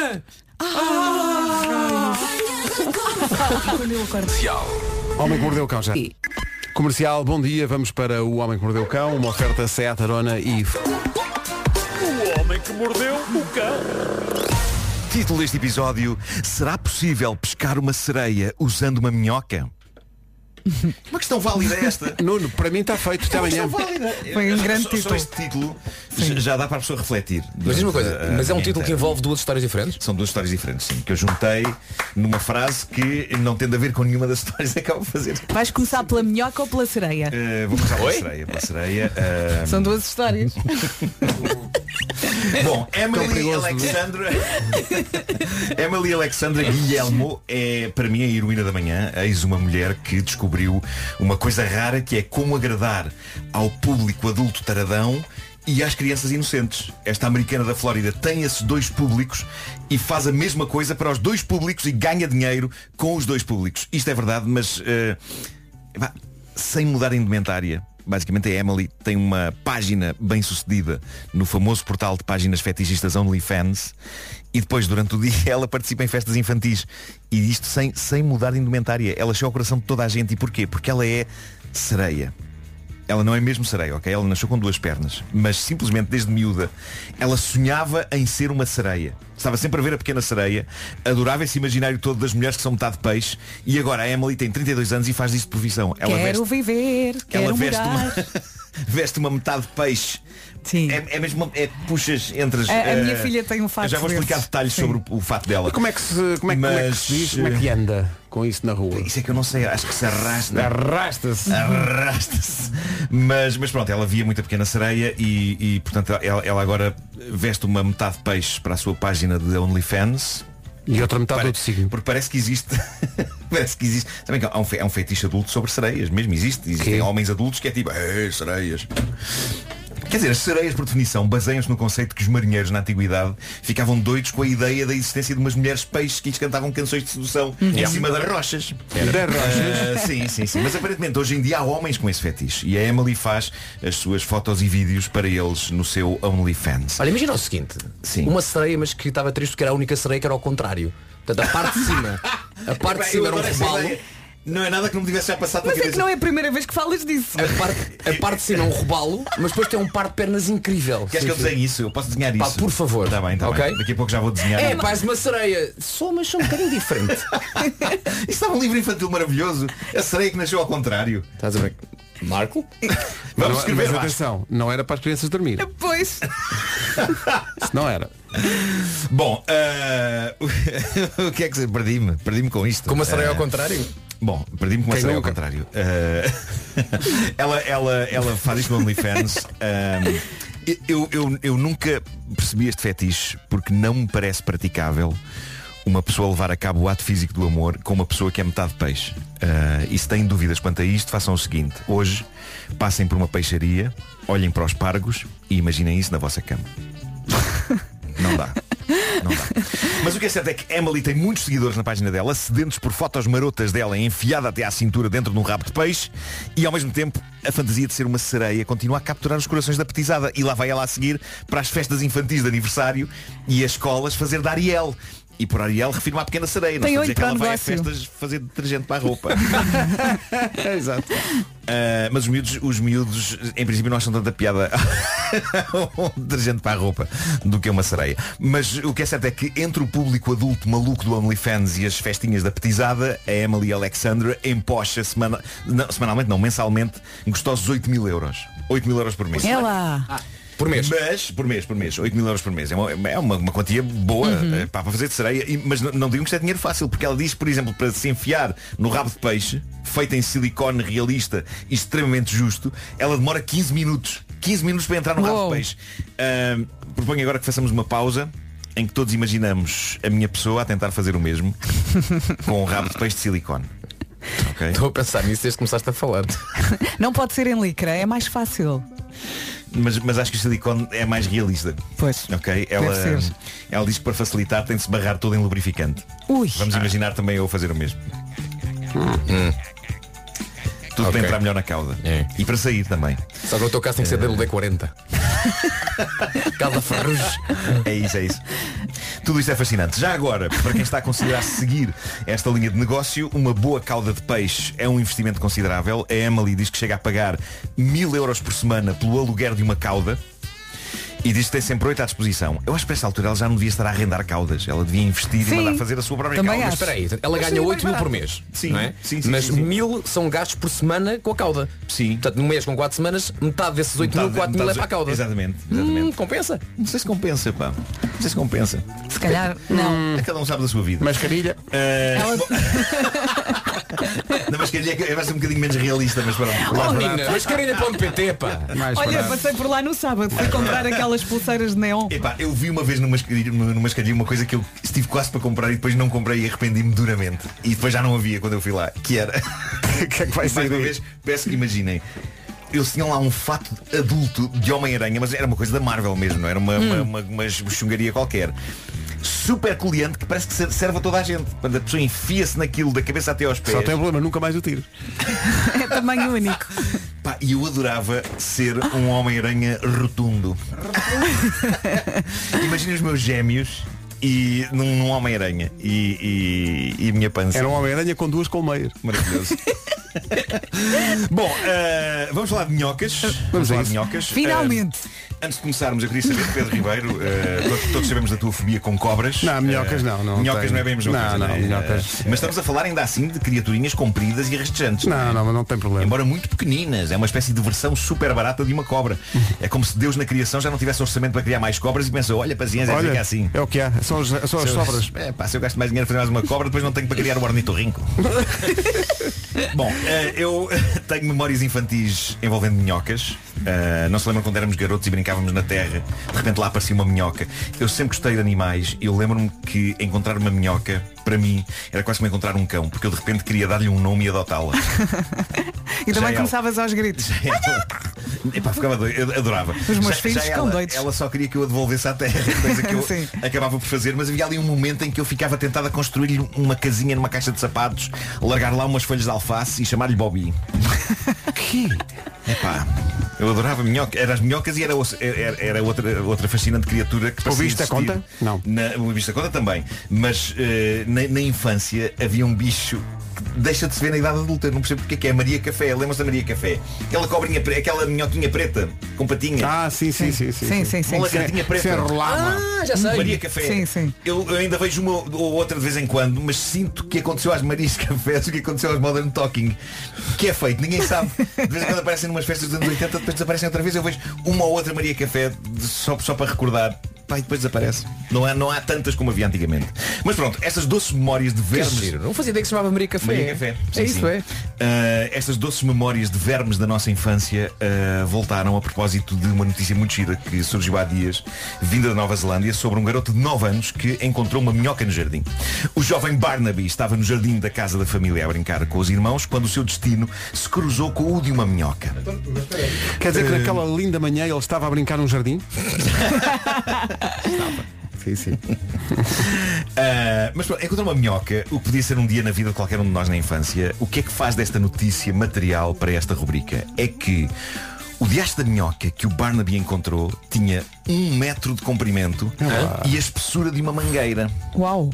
D: Quando eu acordo.
B: Homem que mordeu o cão já. Comercial, bom dia, vamos para o Homem que Mordeu o Cão, uma oferta Seat Arona e...
M: O homem que mordeu o cão.
F: Título deste episódio: Será possível pescar uma sereia usando uma minhoca? Uma questão válida é esta.
B: Nuno, para mim está feito, até
F: Uma
B: amanhã.
F: questão válida.
D: Foi um
F: Só-
D: grande
F: só
D: título.
F: este título já- já dá para a pessoa refletir.
G: Mas diz uma coisa,
F: durante a-
G: mas é
F: a
G: um
F: manhã
G: título que
F: inteira.
G: envolve duas histórias diferentes?
F: São duas histórias diferentes, sim, que eu juntei numa frase que não tendo a ver com nenhuma das histórias que acabo de fazer.
D: Vais começar pela minhoca ou pela sereia?
F: Eh, vou começar pela
G: Oi?
F: sereia. Pela sereia eh,
D: São duas histórias.
F: Bom,
B: Tão
F: Emily
B: perigoso,
F: Alexandra Emily Alexandra Guilhermo é para mim a heroína da manhã Eis uma mulher que descobriu uma coisa rara Que é como agradar ao público adulto taradão e às crianças inocentes. Esta americana da Flórida tem esses dois públicos e faz a mesma coisa para os dois públicos e ganha dinheiro com os dois públicos. Isto é verdade, mas eh, Epá, sem mudar a indumentária. Basicamente a Emily tem uma página bem sucedida no famoso portal de páginas fetichistas OnlyFans e depois durante o dia ela participa em festas infantis e isto sem, sem mudar de indumentária. Ela chega ao coração de toda a gente e porquê? Porque ela é sereia. Ela não é mesmo sereia, ok? Ela nasceu com duas pernas, mas simplesmente desde miúda ela sonhava em ser uma sereia. Estava sempre a ver a pequena sereia, adorava esse imaginário todo das mulheres que são metade peixe e agora a Emily tem 32 anos e faz disso de profissão. Ela
D: quero
F: veste,
D: viver,
F: ela
D: quero
F: veste
D: mudar.
F: uma, veste uma metade peixe.
D: Sim.
F: É, é mesmo, é puxas entre as.
D: A- a
F: eh,
D: minha filha tem um fato
F: Eu já vou explicar
D: desses.
F: detalhes sobre o, o fato dela. eh,
B: Como é que se, como é, que- como é que se diz? Como é que anda com isso na rua?
F: Isso é que eu não sei, acho que se arrasta.
B: Arrasta-se.
F: Arrasta-se. Mas, mas pronto, ela via muita pequena sereia e, e, portanto ela, ela agora veste uma metade de peixe para a sua página de OnlyFans.
B: E outra metade do outro signo.
F: Porque parece que existe. parece que existe. Sabem que há um, fe, há um fetiche adulto sobre sereias, mesmo existe. Existem
B: Quê?
F: homens adultos que é tipo, "Eh, sereias. Quer dizer, as sereias, por definição, baseiam-se no conceito que os marinheiros na antiguidade ficavam doidos com a ideia da existência de umas mulheres peixes que lhes cantavam canções de sedução
B: Uhum.
F: em cima das rochas.
B: Era. Das rochas.
F: Ah, sim, sim, sim. Mas aparentemente hoje em dia há homens com esse fetiche. E a Emily faz as suas fotos e vídeos para eles no seu OnlyFans.
G: Olha, imagina o seguinte.
F: Sim.
G: Uma sereia, mas que estava triste porque era a única sereia que era ao contrário. Portanto, a parte de cima. A parte de
F: Epá,
G: cima
F: eu
G: era um
F: adoro essa
G: robalo.
F: ideia. Não é nada que não me tivesse já passado pela
D: Mas é que
F: cabeça.
D: não é a primeira vez que falas disso.
G: A parte, a parte de cima é um robalo, mas depois tem um par de pernas incrível.
F: Queres que eu desenhe isso? Eu posso desenhar isso? por favor. Está bem, está bem. Daqui a pouco já vou desenhar.
G: É, paz de uma sereia. Só, mas só um bocadinho diferente.
F: Isto estava um livro infantil maravilhoso. A sereia que nasceu ao contrário.
G: Estás a ver? Marco?
B: Mas,
F: Vamos escrever
B: é- mas
F: Vasco.
B: atenção, não era para as crianças dormir.
D: Pois.
B: Isso não era.
F: Bom, ah, o que é que se- perdi-me? Perdi-me com isto.
G: Com uma sereia ao
F: Ah,
G: contrário?
F: Bom, perdi-me com uma
G: Quem
F: sereia ao
G: nunca?
F: contrário. Ah, ela, ela, ela faz isto no OnlyFans. Ahm, eu, eu, eu nunca percebi este fetiche porque não me parece praticável uma pessoa levar a cabo o ato físico do amor com uma pessoa que é metade peixe. Ah, e se têm dúvidas quanto a isto, façam o seguinte. Hoje, passem por uma peixaria, olhem para os pargos e imaginem isso na vossa cama. Não dá. Não dá. Mas o que é certo é que Emily tem muitos seguidores na página dela, sedentes por fotos marotas dela enfiada até à cintura dentro de um rabo de peixe e ao mesmo tempo a fantasia de ser uma sereia continua a capturar os corações da petizada e lá vai ela a seguir para as festas infantis de aniversário e as escolas fazer de Ariel. E por Ariel refiro uma pequena sereia. Não
D: Tem
F: estou a dizer
D: olho
F: que
D: para
F: ela
D: o
F: vai a
D: negócio.
F: festas fazer detergente para a roupa. Exato. Ah, mas os miúdos, os miúdos, em princípio, não acham tanta piada um detergente para a roupa do que uma sereia. Mas o que é certo é que entre o público adulto maluco do OnlyFans e as festinhas da petizada, a Emily Alexandra empocha semana, não, semanalmente, não, mensalmente, gostosos 8 mil euros. 8 mil euros por mês.
D: É lá.
F: Por mês. Mas, por mês, por mês. 8 mil euros por mês. É uma, é uma, uma quantia boa eh, pá, para fazer de sereia. E- mas n- não digam que isto é dinheiro fácil, porque ela diz, por exemplo, para se enfiar no rabo de peixe, feito em silicone realista e extremamente justo, ela demora 15 minutos. 15 minutos para entrar no rabo de peixe. Ahm, proponho agora que façamos uma pausa em que todos imaginamos a minha pessoa a tentar fazer o mesmo com um rabo de peixe de silicone.
G: Estou a pensar nisso desde que começaste a falar.
D: Não pode ser em licra, é mais fácil.
F: Mas, mas acho que o silicone é mais realista.
D: Pois.
F: Ok? Ela,
D: ser.
F: ela diz que para facilitar tem de se barrar todo em lubrificante.
D: Ui.
F: Vamos imaginar também eu fazer o mesmo.
G: Hum.
F: Tudo
G: Ok. É.
F: para entrar melhor na cauda. E para sair também. Eh.
G: Só que no teu caso tem que ser WD-40. Calda Ferrugem.
F: É isso, é isso. Tudo isto é fascinante. Já agora, para quem está a considerar seguir esta linha de negócio, uma boa cauda de peixe é um investimento considerável. A Emily diz que chega a pagar mil euros por semana pelo aluguer de uma cauda. E diz que tem sempre oito à disposição. Eu acho que para esta altura ela já não devia estar a arrendar caudas. Ela devia investir e mandar fazer a sua própria cauda.
G: Mas espera aí, ela ganha 8 mil por mês.
F: Sim,
G: não é?
F: sim, sim,
G: Mas
F: sim, sim.
G: mil são gastos por semana com a cauda.
F: Sim.
G: Portanto, num mês com 4 semanas, metade desses 8 mil, 4 mil é para a cauda.
F: Exatamente.
G: Hum, compensa?
F: Não sei se compensa, pá. Não sei se compensa.
D: Se calhar, não.
F: Cada um sabe da sua vida. Eh,
B: Mascarilha.
D: Ela-
F: Na mascarilha é que vai ser um bocadinho menos realista, mas pronto.
D: Oh, menina,
G: mascarilha.pt, pá.
D: Olha, passei por lá no sábado, fui comprar aquelas pulseiras de neon.
F: Epá, eu vi uma vez numa mascarilha, numa mascarilha uma coisa que eu estive quase para comprar e depois não comprei e arrependi-me duramente. E depois já não havia quando eu fui lá. Que era. O que é que vai ser? Mais uma vez, peço que imaginem. Eles tinham lá um fato adulto de Homem-Aranha, mas era uma coisa da Marvel mesmo, não era uma, uma, uma, uma chungaria qualquer. Super coleante que parece que ser- serve a toda a gente. Quando a pessoa enfia-se naquilo da cabeça até aos pés.
B: Só tem um problema, nunca mais o tiro.
D: É tamanho único.
F: Pá, e eu adorava ser um Homem-Aranha rotundo. Imagina os meus gêmeos e num, num Homem-Aranha e, e, e a minha pança.
B: Era um Homem-Aranha com duas colmeias.
F: Maravilhoso. Bom, eh, vamos falar de minhocas. Vamos, falar de minhocas.
D: Finalmente.
F: Eh, antes de começarmos, eu queria saber de Pedro Ribeiro, eh, todos, todos sabemos da tua fobia com cobras.
B: Não, minhocas
F: Eh,
B: não, não
F: Minhocas
B: tenho.
F: não é bem a mesma
B: Não,
F: coisa,
B: não,
F: né?
B: minhocas-
F: Eh, Mas estamos a falar ainda assim de criaturinhas compridas e rastejantes.
B: Não, não, mas não tem problema.
F: Embora muito pequeninas, é uma espécie de versão super barata de uma cobra. É como se Deus na criação já não tivesse orçamento para criar mais cobras e pensou, olha paciência,
B: Olha,
F: fica assim.
B: É o que há. São as, são as
F: Se eu-
B: sobras.
F: É, pá, se eu gasto mais dinheiro a fazer mais uma cobra, depois não tenho para criar o ornitorrinco. Bom, eh, eu tenho memórias infantis envolvendo minhocas. Eh, não se lembram quando éramos garotos e brincávamos na terra, de repente lá aparecia uma minhoca. Eu sempre gostei de animais e eu lembro-me que encontrar uma minhoca, para mim, era quase como encontrar um cão, porque eu de repente queria dar-lhe um nome e adotá-la.
D: E
F: Já
D: também
F: é
D: começavas aos gritos.
F: Epá, ficava doido, eu adorava.
D: Os meus filhos ficam
F: ela,
D: doidos.
F: Ela só queria que eu a devolvesse à terra, coisa que eu
D: Sim.
F: acabava por fazer, mas havia ali um momento em que eu ficava tentado a construir-lhe uma casinha numa caixa de sapatos, largar lá umas folhas de alface e chamar-lhe Bobby. que? Epá. Eu adorava minhoca, era as minhocas e era, o- era, era outra, outra fascinante criatura que parecia
B: Ouviste a
F: existir.
B: conta? Não.
F: Na, o bicho da conta também. Mas eh, na, na infância havia um bicho que deixa de se ver na idade adulta. Não percebo porque é que é a Maria Café. Lembras da Maria Café? Aquela cobrinha, pre- aquela minhoquinha preta com patinha.
B: Ah, sim, sim, sim. Sim, é
D: Sim, sim, sim.
F: Uma
D: sim.
F: lagartinha preta.
D: Ah, já sei.
F: Maria Café.
D: Sim, sim.
F: Eu, eu ainda vejo uma ou outra de vez em quando, mas sinto que aconteceu às Marias Cafés o que aconteceu às Modern Talking. Que é feito, ninguém sabe. De vez em quando aparecem numas festas dos anos 80, depois desaparecem outra vez. Eu vejo uma ou outra Maria Café de- só, só para recordar. Pá, e depois desaparece. Não há, não há tantas como havia antigamente. Mas pronto, estas doces memórias de vermos.
G: giro. Não fazia ideia que se chamava Maria Café.
F: Maria Café.
G: É isso, é.
F: Uh, estas doces memórias de vermes da nossa infância uh, voltaram a propósito de uma notícia muito gira que surgiu há dias, vinda da Nova Zelândia, sobre um garoto de 9 anos que encontrou uma minhoca no jardim. O jovem Barnaby estava no jardim da casa da família a brincar com os irmãos quando o seu destino se cruzou com o de uma minhoca.
B: Quer dizer que
F: Eh,
B: naquela linda manhã ele estava a brincar num jardim? Sim, sim.
F: Ah, mas pronto, encontrou uma minhoca, o que podia ser um dia na vida de qualquer um de nós na infância. O que é que faz desta notícia material para esta rubrica? É que o diacho da minhoca que o Barnaby encontrou tinha um metro de comprimento
B: Ah.
F: e a espessura de uma mangueira.
D: Uau!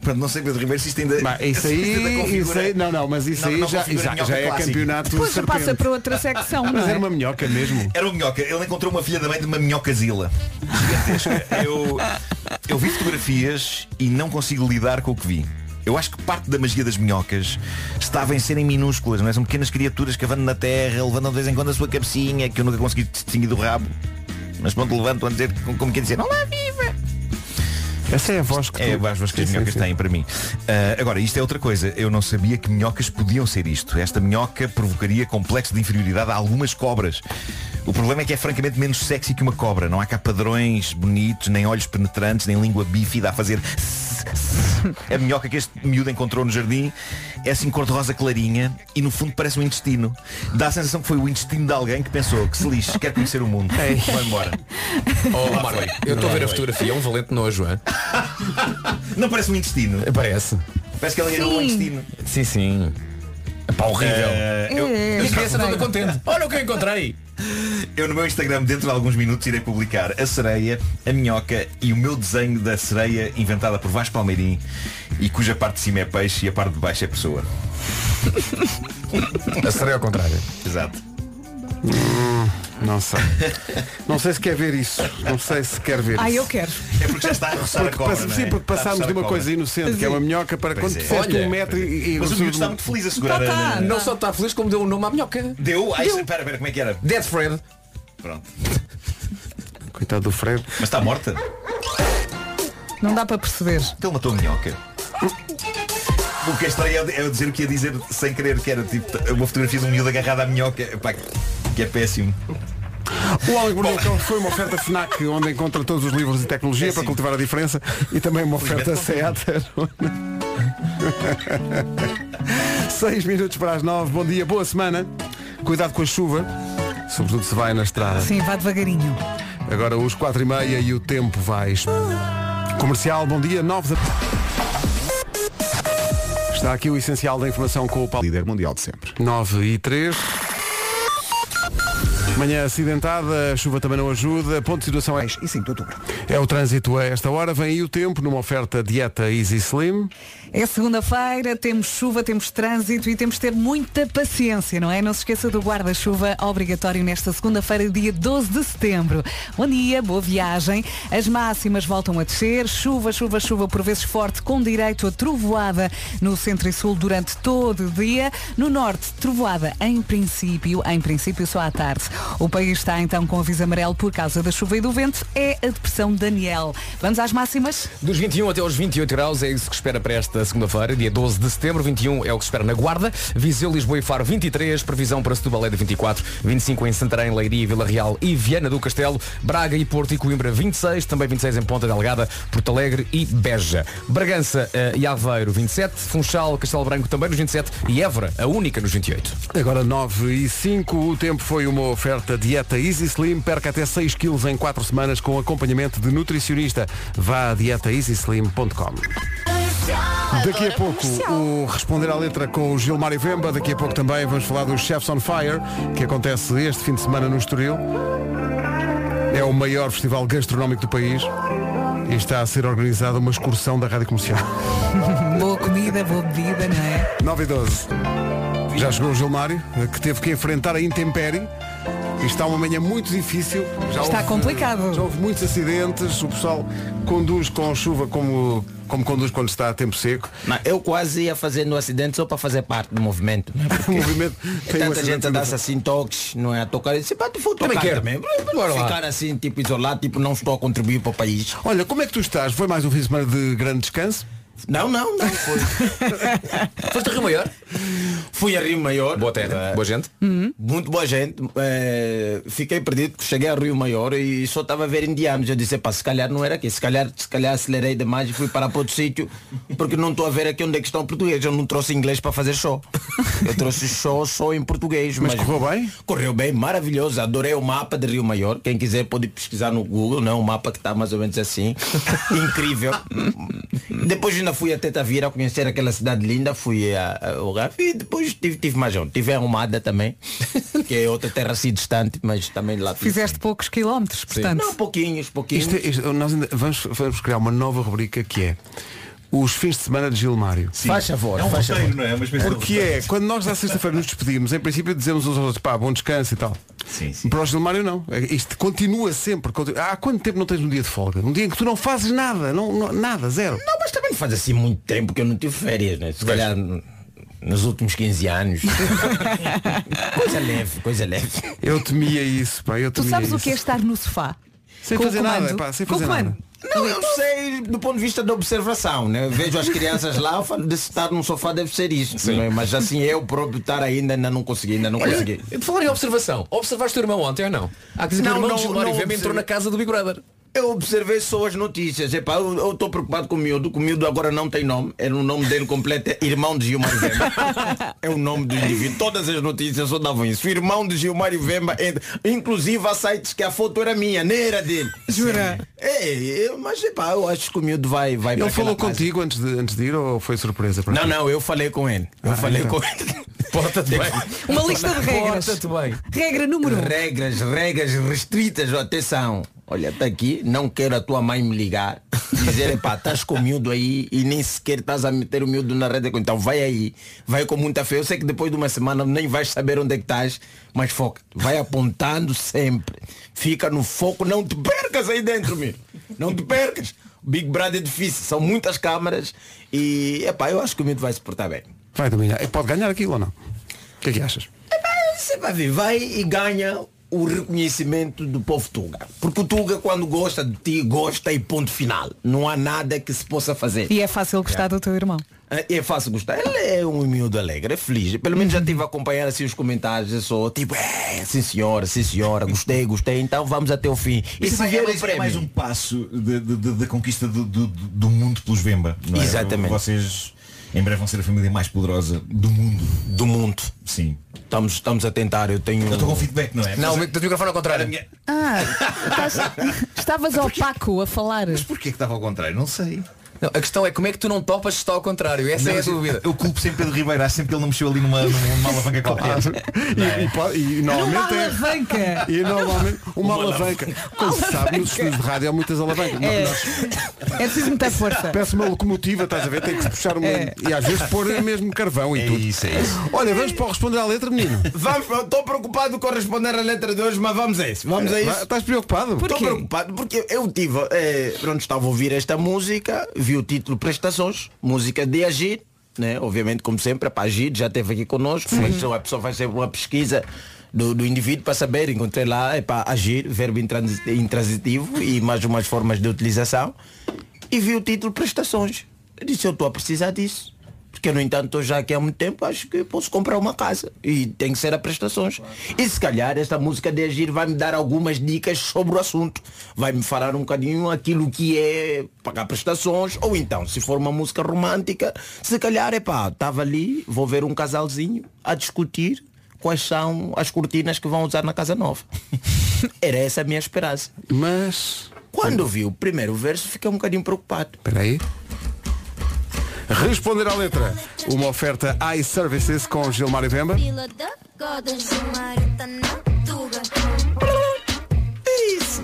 F: Pronto, não sei Pedro Ribeiro se isto ainda.
B: Bah, isso
F: se isto ainda
B: aí,
F: configura-
B: isso aí, não, não, mas isso
F: Não,
B: aí
F: não
B: já,
F: configura
B: já-
F: minhoca
B: já é
F: clássica.
B: campeonato
D: Depois
B: serpente.
D: passa para outra secção, não
B: Ah, Mas
D: é?
B: era uma minhoca mesmo.
F: Era uma minhoca. Ele encontrou uma filha da mãe de uma minhocazila. Gigantesca. Eu, eu vi fotografias e não consigo lidar com o que vi. Eu acho que parte da magia das minhocas estava em serem minúsculas, não é? São pequenas criaturas cavando na terra, levando de vez em quando a sua cabecinha, que eu nunca consegui distinguir do rabo. Mas pronto, levantam a dizer, como, como quem dizer, não lá viva!
B: Essa é a voz que
F: É
B: tu...
F: as voz que as
B: Sim, sim,
F: minhocas
B: sim.
F: têm para mim. Ah, agora, isto é outra coisa. Eu não sabia que minhocas podiam ser isto. Esta minhoca provocaria complexo de inferioridade a algumas cobras. O problema é que é francamente menos sexy que uma cobra. Não há cá padrões bonitos, nem olhos penetrantes, nem língua bífida a fazer. A minhoca que este miúdo encontrou no jardim é assim cor-de-rosa clarinha e no fundo parece um intestino. Dá a sensação que foi o intestino de alguém que pensou que se lixe, quer conhecer o mundo. Vai embora.
G: Oh,
F: Lá
G: Marco,
F: foi.
G: eu estou a ver
F: Lá
G: a
F: foi.
G: fotografia, é um valente nojo, é?
F: Não parece um intestino.
G: Parece.
F: Parece que ele era um
D: Sim.
F: intestino.
G: Sim, sim. É Pá, horrível.
F: Eh, eu-
D: É,
G: E a criança
D: estranho.
G: toda contente. Olha o que eu encontrei.
F: Eu no meu Instagram, dentro de alguns minutos, irei publicar a sereia, a minhoca e o meu desenho da sereia inventada por Vasco Palmeirim e cuja parte de cima é peixe e a parte de baixo é pessoa.
G: A sereia ao contrário.
F: Exato.
B: Hum, Não sei. Não sei se quer ver isso. Não sei se quer ver
D: Ah,
B: isso.
D: eu quero.
F: É porque já está a roçar
B: Porque,
F: a cobra,
B: pass-
F: não é?
B: sim, porque
F: Está a
B: passámos de
F: roçar
B: uma
F: a cobra.
B: coisa inocente, que é uma minhoca, para
F: Pois
B: quando
F: é.
B: disseste
G: Olha.
B: um metro e... e
F: Mas o miúdo está
B: resultou-
F: muito feliz a segurar
D: Tá, tá.
F: a...
G: Não só está feliz como deu um nome à minhoca.
F: Deu? Ai, espera, espera, como é que era?
G: Death Fred.
F: Pronto.
B: Coitado do Fred.
F: Mas está morta?
D: Não dá para perceber.
F: Ele Então matou a minhoca. O que é estranho é eu- é eu dizer o que ia dizer sem querer, que era tipo uma fotografia de um miúdo agarrado à minhoca. Pá, que é péssimo.
B: O Homem que Mordeu o Cão foi uma oferta FNAC, onde encontra todos os livros e tecnologia
F: Péssimo.
B: para cultivar a diferença e também uma oferta SEAT. Seis minutos para as nove. Bom dia, boa semana. Cuidado com a chuva, sobretudo se vai na estrada.
D: Sim, vá devagarinho.
B: Agora os quatro e meia e o tempo vai. Comercial, bom dia, nove da... Está aqui o essencial da informação com o Paulo.
J: Líder mundial de sempre.
B: 9 e 3. Manhã acidentada, a chuva também não ajuda. Ponto de situação é,
C: 6 e 5 de outubro.
B: é o trânsito a esta hora. Vem aí o tempo numa oferta dieta Easy Slim.
D: É segunda-feira, temos chuva, temos trânsito e temos de ter muita paciência, não é? Não se esqueça do guarda-chuva obrigatório nesta segunda-feira, dia 12 de setembro. Bom dia, boa viagem. As máximas voltam a descer. Chuva, chuva, chuva, por vezes forte, com direito a trovoada no centro e sul durante todo o dia. No norte, trovoada em princípio, em princípio só à tarde. O país está então com aviso amarelo por causa da chuva e do vento. É a depressão Daniel. Vamos às máximas?
G: Dos 21 até aos 28 graus é isso que espera para esta segunda-feira, dia 12 de setembro. 21 é o que espera na Guarda. Viseu, Lisboa e Faro 23. Previsão para Setúbal é de 24. 25 em Santarém, Leiria, Vila Real e Viana do Castelo. Braga e Porto e Coimbra 26. Também 26 em Ponta Delgada, Porto Alegre e Beja. Bragança eh, e Aveiro 27. Funchal, Castelo Branco também nos 27. E Évora, a única nos 28.
B: Agora 9 e 5. O tempo foi uma oferta. oferta Dieta Easy Slim. Perca até 6 quilos em 4 semanas com acompanhamento de nutricionista. Vá a dietaeasyslim.com. Daqui a pouco o Responder à Letra com o Gilmar Vemba. Daqui a pouco também vamos falar dos Chefs on Fire, que acontece este fim de semana no Estoril. É o maior festival gastronómico do país e está a ser organizada uma excursão da Rádio Comercial.
D: boa comida, boa bebida, não é?
B: 9 e 12. Já chegou o Gilmário, que teve que enfrentar a intempérie. E está uma manhã muito difícil. Já
D: Está
B: houve, eh,
D: complicado.
B: Já houve muitos acidentes. O pessoal conduz com chuva como, como conduz quando está a tempo seco.
N: Não, eu quase ia fazer no acidente só para fazer parte do movimento. Né? Porque
B: O movimento
N: é
B: tem um
N: tanta
B: acidente
N: gente a
B: no-
N: dar assim toques, não é? A tocar. Se pá, tu for
B: Também
N: tocar
B: quero.
N: também.
B: Bora lá.
N: Ficar assim, tipo isolado, tipo não estou a contribuir para o país.
B: Olha, como é que tu estás? Foi mais um fim de semana de grande descanso?
N: Não, não, não foi.
G: Foste a Rio Maior?
N: Fui a Rio Maior. Eh, Uhum.
G: Boa terra, boa gente.
N: Muito boa gente. Eh, fiquei perdido, porque cheguei a Rio Maior e só estava a ver indianos. Eu disse, pá, se calhar não era aqui. Se calhar, se calhar acelerei demais e fui para outro sítio, porque não estou a ver aqui onde é que estão portugueses. Eu não trouxe inglês para fazer show. Eu trouxe show só em português.
B: Mas correu bem?
N: Correu bem, maravilhoso. Adorei o mapa de Rio Maior. Quem quiser pode pesquisar no Google, não? é? O mapa que está mais ou menos assim. Incrível. Depois ainda fui até Tavira conhecer aquela cidade linda, fui a, a- ao Raf e depois tive, tive mais onde. Tive a Arrumada também, que é outra terra assim distante, mas também lá tive.
D: Fizeste poucos quilómetros, portanto.
N: Não, pouquinhos, pouquinhos.
B: Isto, é- isto- nós ainda vamos, vamos criar uma nova rubrica que é os fins de semana de Gilmário.
N: Faz favor,
F: É um faz roteiro, favor. não é? Uma espécie de
B: Porque é, quando nós à sexta-feira nos despedimos, em princípio dizemos uns aos outros, pá, bom descanso e tal. Para o Gilmário não. É, Isto continua sempre. continu- Há quanto tempo não tens um dia de folga? Um dia em que tu não fazes nada, não, não- nada, zero.
N: Não, mas também faz assim muito tempo que eu não tive férias, né? Se calhar n- nos últimos 15 anos. coisa leve, coisa leve.
B: Eu temia isso, pá, eu
D: Tu
B: temia
D: sabes o
B: isso.
D: que é estar no sofá?
B: Sem
D: Com o
B: fazer nada,
D: comando?
B: pá, sem
D: Com o
B: fazer nada.
D: comando.
N: Não, eu sei do ponto de vista da observação, né? Eu vejo as crianças lá, eu falo de estar num sofá deve ser isso. Né? Mas assim eu próprio estar ainda, ainda não consegui, ainda não consegui.
G: De falar em observação, observaste o teu irmão ontem ou não? Há que dizer que o irmão de Gilmário Vemba entrou na casa do Big Brother.
N: Eu observei só as notícias. Epá, eu estou preocupado com o miúdo. que O miúdo agora não tem nome. Era o nome dele completo. É Irmão de Gilmar Vemba. é o nome do indivíduo. Todas as notícias só davam isso. Irmão de Gilmar Vemba. entra. Inclusive há sites que a foto era minha, nem era dele. Jura? É, eu- mas epá, eu acho que o miúdo vai, vai
B: Ele
N: pra
B: falou
N: aquela
B: contigo antes de, antes de ir ou foi surpresa para
N: Não,
B: ti?
N: não, eu falei com ele. Eu
B: Ah,
N: falei
B: então.
N: com ele. Porta-te bem.
D: Uma lista de regras. Regra número um.
N: Regras, regras restritas, ó, atenção. Olha, está aqui, não quero a tua mãe me ligar, dizer, pá, estás com o miúdo aí e nem sequer estás a meter o miúdo na rede. Então vai aí, vai com muita fé. Eu sei que depois de uma semana nem vais saber onde é que estás, mas foca, vai apontando sempre. Fica no foco, não te percas aí dentro, meu. Não te percas. Big Brother é difícil, são muitas câmaras e, epá, eu acho que o miúdo vai se portar bem.
B: Vai dominar. Pode ganhar aquilo ou não? O que é que achas?
N: Você vai ver, vai e ganha o reconhecimento do povo Tuga. Porque o Tuga, quando gosta de ti, gosta e ponto final. Não há nada que se possa fazer.
D: E é fácil gostar do teu irmão.
N: É é fácil gostar. Ele é um miúdo alegre, é feliz. Pelo menos já estive a acompanhar assim os comentários. Eu sou tipo, é, sim senhora, sim senhora, gostei, gostei, então vamos até o fim. E se
F: vai-
N: vier
F: é
N: o
F: mais, é
N: prémio?
F: mais um passo de- de- de- da conquista do, do- do mundo pelos Vemba. não é?
N: Exatamente.
F: Vocês em breve vão ser a família mais poderosa do mundo.
N: Do mundo.
F: Sim.
N: Estamos, estamos a tentar, eu tenho. um-
F: Eu estou com feedback, não é?
G: Não,
F: Mas-
G: do microfone ao contrário.
D: Ah, estás- estavas opaco a falar.
F: Porquê que estava ao contrário? Não sei.
G: Não, a questão é como é que tu não topas se está ao contrário. Essa
F: Não,
G: é a
F: mas
G: dúvida.
F: Eu culpo sempre Pedro Ribeiro, acho sempre que ele não mexeu ali numa, numa alavanca qualquer. Não é?
B: E, pode- e normalmente é.
D: alavanca.
B: E normalmente uma, alavanca. Como se sabe, nos estudos de rádio há muitas alavancas.
D: É.
B: Nós-
D: É preciso muita força.
B: Peço uma locomotiva, estás a ver? Tem que se puxar uma.
D: É.
B: E às vezes pôr mesmo carvão e tudo. Isso, é isso. Olha, vamos para o responder à letra, menino.
N: Vamos, estou preocupado com responder a letra de hoje, mas vamos a isso. Vamos a
B: Vai,
N: isso.
B: Estás preocupado?
N: Estou preocupado porque eu tive, eh, pronto, estava a ouvir esta música, vi o título Prestações, música de Agir, né? obviamente como sempre, a Agir já esteve aqui connosco, mas a pessoa faz sempre uma pesquisa do, do indivíduo para saber, encontrei lá, é para Agir, verbo intransi- intransitivo e mais umas formas de utilização, e vi o título Prestações. Eu disse, eu estou a precisar disso. Porque, no entanto, estou já aqui há muito tempo, acho que posso comprar uma casa. E tem que ser a prestações. E se calhar esta música de agir vai me dar algumas dicas sobre o assunto. Vai me falar um bocadinho aquilo que é pagar prestações. Ou então, se for uma música romântica, se calhar é pá, estava ali, vou ver um casalzinho a discutir quais são as cortinas que vão usar na casa nova. Era essa a minha esperança.
B: Mas.
N: Quando vi o primeiro verso, fiquei um bocadinho preocupado.
B: Espera aí. Responder à letra. Uma oferta iServices com Gilmário Vemba.
I: Pila da goda, Gilmário tá na tuga.
N: É isso.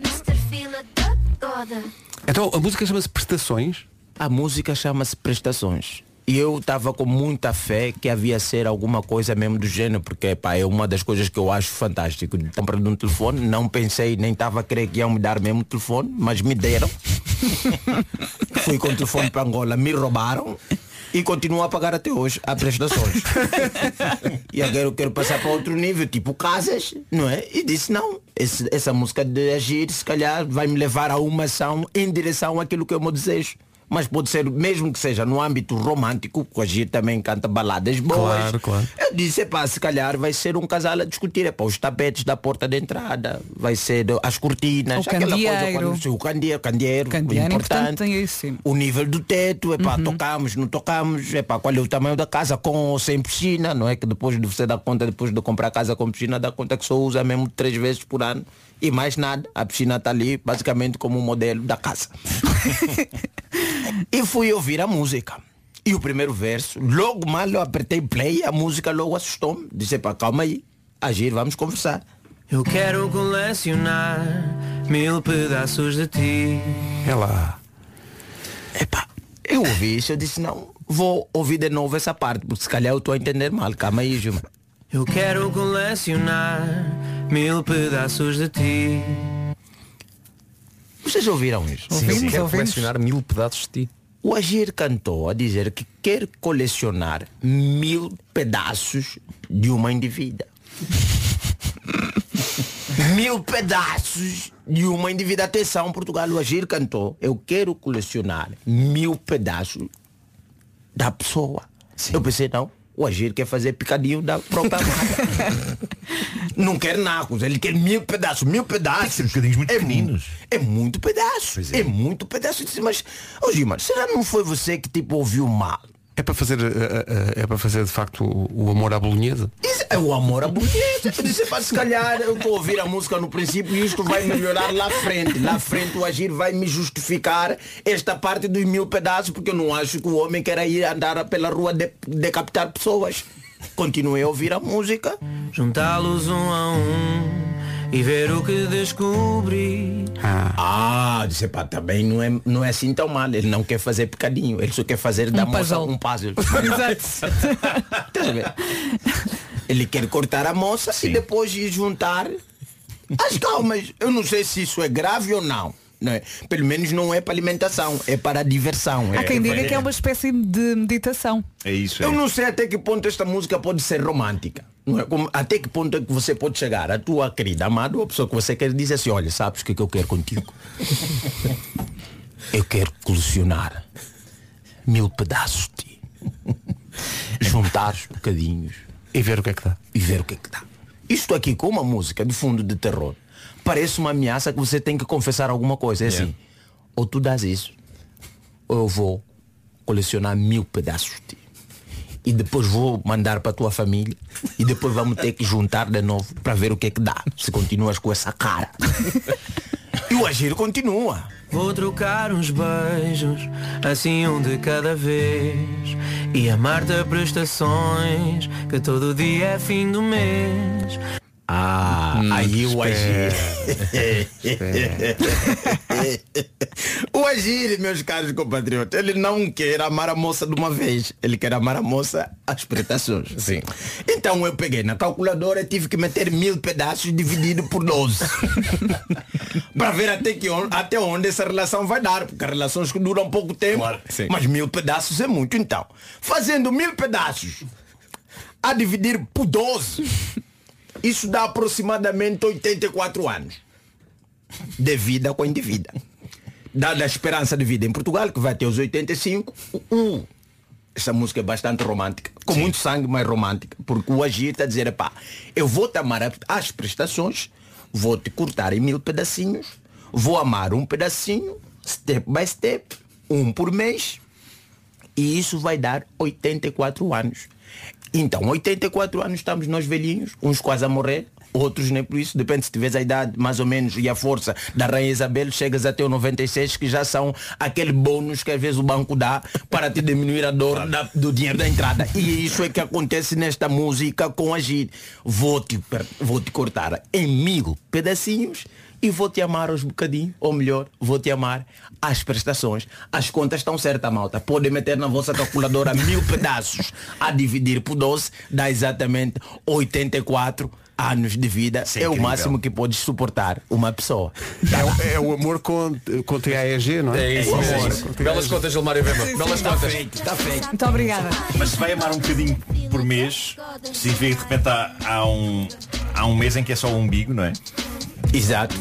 I: Mr. Fila da goda.
B: Então, a música chama-se Prestações?
N: A música chama-se Prestações. E eu estava com muita fé que havia ser alguma coisa mesmo do gênero, porque pá, é uma das coisas que eu acho fantástico. De comprar um telefone, não pensei, nem estava a crer que iam me dar mesmo o telefone, mas me deram. Fui com o telefone para Angola, me roubaram e continuo a pagar até hoje a prestações. e agora eu quero passar para outro nível, tipo casas, não é? E disse não, esse- essa música de agir se calhar vai me levar a uma ação em direção àquilo que é o meu desejo. Mas pode ser, mesmo que seja no âmbito romântico, porque o Agir também canta baladas boas.
B: Claro, claro.
N: Eu disse, epá, se calhar vai ser um casal a discutir, epá, os tapetes da porta de entrada, vai ser as cortinas,
D: O
N: aquela coisa
D: candeeiro.
N: quando se- o candeeiro, candeeiro,
D: Uhum. Candeeiro,
N: importante.
D: importante, é isso, sim. Uhum.
N: O nível do teto, é pá, tocamos, não tocamos, é pá, qual é o tamanho da casa com ou sem piscina, não é que depois de você dar conta, depois de comprar casa com piscina, dá conta que só usa mesmo três vezes por ano e mais nada. A piscina está ali basicamente como um modelo da casa. e fui ouvir a música. E o primeiro verso, logo mal eu apertei play, a música logo assustou-me. Disse, pá, calma aí, agir, vamos conversar.
O: Eu quero colecionar mil pedaços de ti.
B: É lá.
N: Eu ouvi isso, eu disse, não, vou ouvir de novo essa parte, porque se calhar eu estou a entender mal. Calma aí, Gilmar.
O: Eu quero colecionar mil pedaços de ti.
N: Vocês ouviram isso?
G: Sim, Ouvimos, sim. Quero ouvimos. colecionar
N: mil pedaços de ti. O Agir cantou a dizer que quer colecionar mil pedaços de uma indivídua. mil pedaços de uma indivídua. Atenção, Portugal, o Agir cantou. Eu quero colecionar mil pedaços da pessoa. Eu pensei, não, o Agir quer fazer picadinho da própria marca. não quer nacos, ele quer mil pedaços, mil pedaços. Bocadinhos muito é pequeninos. É muito pedaço. É. muito pedaço. Eu disse, mas, ô Gilmar, será que não foi você que tipo ouviu mal?
B: É para fazer, eh, eh, eh, é para fazer de facto o, o amor à bolonhesa?
N: Isso é o amor à bonita. Eu disse, pá, se calhar eu estou a ouvir a música no princípio e isto vai melhorar lá frente. Lá frente o agir vai me justificar esta parte dos mil pedaços, porque eu não acho que o homem queira ir andar pela rua de, decapitar pessoas. Continuei a ouvir a música.
O: Juntá-los um a um e ver o que descobri.
N: Ah, disse, pá, também não é, não é assim tão mal. Ele não quer fazer picadinho, ele só quer fazer da moça um puzzle. Estás a ver? Ele quer cortar a moça e depois ir juntar as calmas. Eu não sei se isso é grave ou não. não é? Pelo menos não é para alimentação, é para diversão.
D: Há quem diga que é uma espécie de meditação.
F: É isso.
N: Eu não sei até que ponto esta música pode ser romântica. Não é? Como- até que ponto é que você pode chegar à tua querida amada ou a pessoa que você quer dizer assim, olha, sabes o que, é que eu quero contigo? eu quero colecionar mil pedaços de ti. Juntar os bocadinhos.
B: E ver o que é que dá.
N: E ver o que é que dá. Isto aqui com uma música de fundo de terror parece uma ameaça que você tem que confessar alguma coisa. É assim, ou tu dás isso, ou eu vou colecionar mil pedaços de ti. E depois vou mandar para a tua família e depois vamos ter que juntar de novo para ver o que é que dá. Se continuas com essa cara. e o agir continua.
O: Vou trocar uns beijos, assim um de cada vez. E amar-te a prestações, que todo dia é fim do mês.
N: Ah, aí o agir. o agir, meus caros compatriotas, ele não quer amar a moça de uma vez. Ele quer amar a moça às prestações. Sim. Então eu peguei na calculadora e tive que meter mil pedaços dividido por 12. Para ver até, que, on- até onde essa relação vai dar. Porque há relações que duram pouco tempo. Mas mil pedaços é muito. Então, fazendo mil pedaços a dividir por 12. Isso dá aproximadamente 84 anos de vida com indivíduo. Dada a esperança de vida em Portugal, que vai ter os 85, uh, essa música é bastante romântica. Com muito sangue, mas romântica. Porque o agir está a dizer, pá, eu vou te amar a- às prestações, vou te cortar em mil pedacinhos, vou amar um pedacinho, step by step, um por mês, e isso vai dar 84 anos. Então, 84 anos estamos nós velhinhos, uns quase a morrer, outros nem por isso, depende se tiveres a idade mais ou menos e a força da Rainha Isabel, chegas até o 96, que já são aquele bônus que às vezes o banco dá para te diminuir a dor da- do dinheiro da entrada. E isso é que acontece nesta música com a Gide. Vou-te per- vou-te cortar em mil pedacinhos e vou-te amar aos bocadinhos, ou melhor, vou-te amar às prestações. As contas estão certas, malta. Podem meter na vossa calculadora mil pedaços a dividir por 12, dá exatamente 84 anos de vida. é o
B: incrível.
N: máximo que podes suportar uma pessoa.
B: É, é o amor com, com TAEG, não é?
N: É isso,
B: O
N: é
B: amor
N: isso.
B: com
G: Belas contas, Gilmário Vemba. Belas
F: Está
G: contas.
F: feito, está feito.
D: Muito obrigada.
F: Mas se vai amar um bocadinho por mês, significa que de repente há, há um, há um mês em que é só o umbigo, não é?
N: Exato.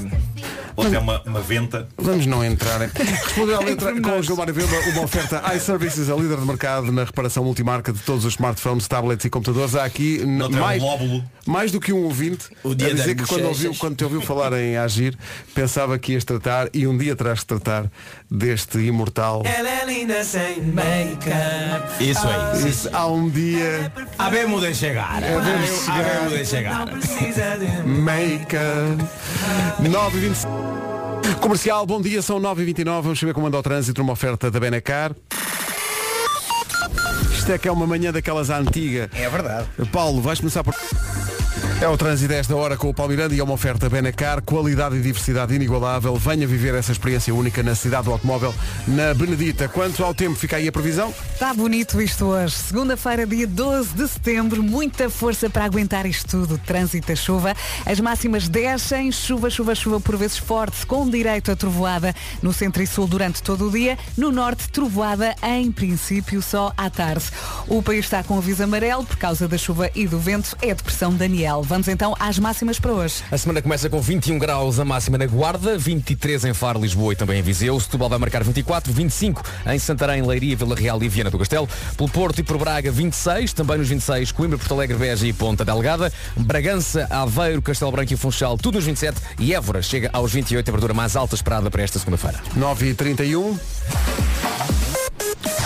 F: Ou até uma, uma venta.
B: Vamos não entrar. em- Respondeu à letra com o Gilmar Vemba uma oferta iServices, a líder de mercado na reparação multimarca de todos os smartphones, tablets e computadores. Há aqui n-
F: Noutro é um
B: mais,
F: lóbulo.
B: mais do que um ouvinte
F: O dia
B: a dizer
F: das
B: que quando, ouviu,
F: bochechas.
B: quando te ouviu falar em agir, pensava que ias tratar e um dia terás de tratar deste imortal.
O: Ela é linda sem make-up.
B: Isso aí. Isso, há um dia.
N: é Havemos de chegar.
B: Havemos de chegar.
N: Havemos de chegar.
O: Não precisa de
B: Make-up. 9 e 25. Comercial, bom dia, são 9h29. Vamos saber como anda o trânsito numa oferta da Benacar. Isto é que é uma manhã daquelas à antiga.
C: É verdade.
B: Paulo, vais começar por. É o trânsito a esta hora com o Palmiranda e é uma oferta Benacar, qualidade e diversidade inigualável. Venha viver essa experiência única na cidade do automóvel, na Benedita. Quanto ao tempo, fica aí a previsão?
D: Está Tá bonito isto hoje. Segunda-feira, dia 12 de setembro. Muita força para aguentar isto tudo. Trânsito a chuva. As máximas descem. Chuva, chuva, chuva por vezes forte, com direito a trovoada no centro e sul durante todo o dia. No norte, trovoada em princípio só à tarde. O país está com aviso amarelo por causa da chuva e do vento. É depressão Daniel. Vamos então às máximas para hoje.
G: A semana começa com 21 graus a máxima na Guarda, 23 em Faro, Lisboa e também em Viseu. Setúbal vai marcar 24, 25 em Santarém, Leiria, Vila Real e Viana do Castelo. Pelo Porto e por Braga, 26. Também nos 26, Coimbra, Porto Alegre, Beja e Ponta Delgada. Bragança, Aveiro, Castelo Branco e Funchal, tudo nos 27. E Évora chega aos 28, a temperatura mais alta esperada para esta segunda-feira.
B: 9h31.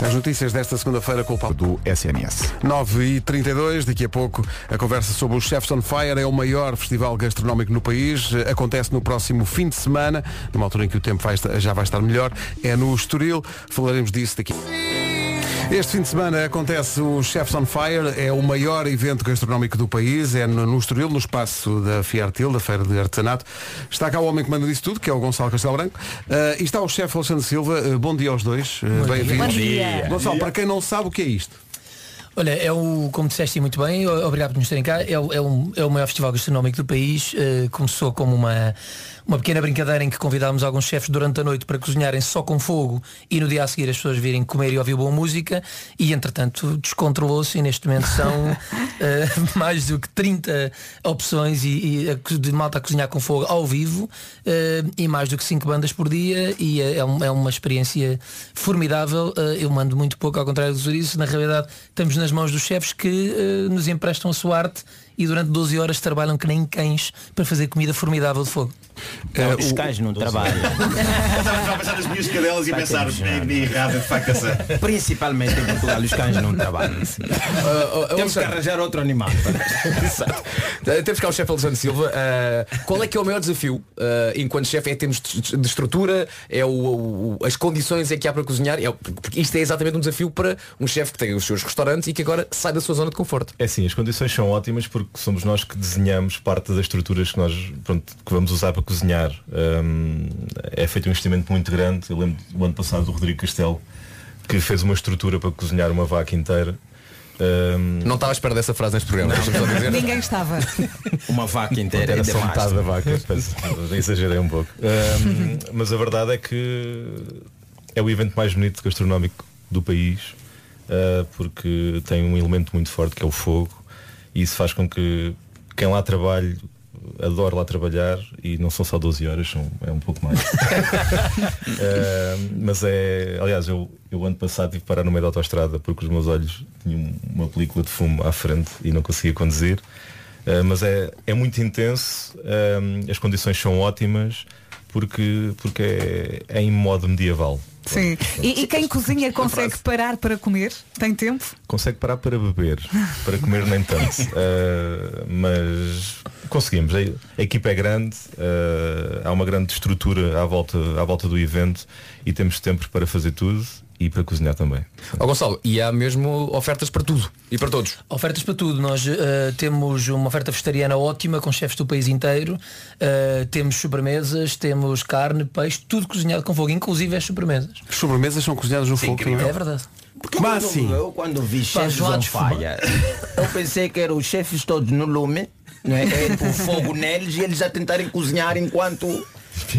B: As notícias desta segunda-feira com o Paulo
J: do SNS.
B: 9h32, daqui a pouco a conversa sobre o Chefs on Fire é o maior festival gastronómico no país. Eh, Acontece no próximo fim de semana, numa altura em que o tempo vai esta- já vai estar melhor. É no Estoril, falaremos disso daqui. Este fim de semana acontece o Chefs on Fire, é o maior evento gastronómico do país, é no, no Estoril, no espaço da Fiartil, da Feira de Artesanato. Está cá o homem que manda disso tudo, que é o Gonçalo Castelo Branco. Eh, e está o chefe Alexandre Silva. Eh, bom dia aos dois. Eh,
P: dia.
B: Bem-vindos.
P: Bom dia.
B: Gonçalo,
P: Bom dia.
B: para quem não sabe o que é isto?
P: Olha, é o, como disseste muito bem, o- obrigado por nos terem cá, é, o- é um- é o maior festival gastronómico do país. eh, começou como uma, uma pequena brincadeira em que convidámos alguns chefes durante a noite para cozinharem só com fogo e no dia a seguir as pessoas virem comer e ouvir boa música e entretanto descontrolou-se e neste momento são eh, mais do que 30 opções e, e a co- de malta a cozinhar com fogo ao vivo eh, e mais do que 5 bandas por dia e é, é um- é uma experiência formidável. Eh, eu mando muito pouco, ao contrário do Zuriço. Na realidade, estamos nas mãos dos chefes que eh, nos emprestam a sua arte e durante 12 horas trabalham que nem cães para fazer comida formidável de fogo.
B: É,
N: os cães não trabalham.
F: Estava a pensar nas minhas cadelas e a pensar, "Bem errada de facto essa.
N: Principalmente em Portugal, os cães não trabalham. Temos que arranjar outro animal.
G: Exato. Eh, Temos cá o chefe Alexandre Silva. Eh, qual é que é o maior desafio eh, enquanto chefe? É termos de de estrutura? É o, o- as condições é que há para cozinhar? É, o- porque isto é exatamente um desafio para um chefe que tem os seus restaurantes e que agora sai da sua zona de conforto.
Q: É sim, as condições são ótimas porque somos nós que desenhamos parte das estruturas que nós pronto, que vamos usar para cozinhar. Hum, é feito um investimento muito grande. Eu lembro do ano passado do Rodrigo Castelo que fez uma estrutura para cozinhar uma vaca inteira. Hum, Não
G: estava à espera dessa frase neste programa. deixa-me só dizer.
D: Ninguém estava.
Q: Uma vaca
G: inteira
Q: Era
G: é
Q: só
G: demais.
Q: metade da vaca, peço, exagerei um pouco. Ahm, mas a verdade é que é o evento mais bonito gastronómico do país, ah, porque tem um elemento muito forte que é o fogo, e isso faz com que quem lá trabalhe adore lá trabalhar e não são só 12 horas, são, é um pouco mais. Ah, mas é, aliás, eu, eu ano passado tive que parar no meio da autoestrada porque os meus olhos tinham uma película de fumo à frente e não conseguia conduzir. Ah, mas é, é muito intenso, eh, ah, as condições são ótimas porque, porque é, é em modo medieval.
D: Sim. E, e quem cozinha consegue parar para comer? Tem tempo?
Q: Consegue parar para beber, para comer nem tanto. Uh, mas conseguimos. A, a equipa é grande, uh, há uma grande estrutura à volta, à volta do evento e temos tempo para fazer tudo e para cozinhar também.
G: Ó Gonçalo, e há mesmo ofertas para tudo e para todos.
P: Ofertas para tudo. Nós eh, temos uma oferta vegetariana ótima com chefes do país inteiro. Eh, temos sobremesas, temos carne, peixe, tudo cozinhado com fogo, inclusive as sobremesas.
B: As sobremesas são cozinhadas no fogo também.
P: É verdade.
B: Porque Mas
N: quando,
B: assim,
N: Eu quando vi
P: Pá,
N: chefes
P: João
N: on
P: de
N: fire, eu pensei que eram os chefes todos no lume, né? É, o fogo neles e eles a tentarem cozinhar enquanto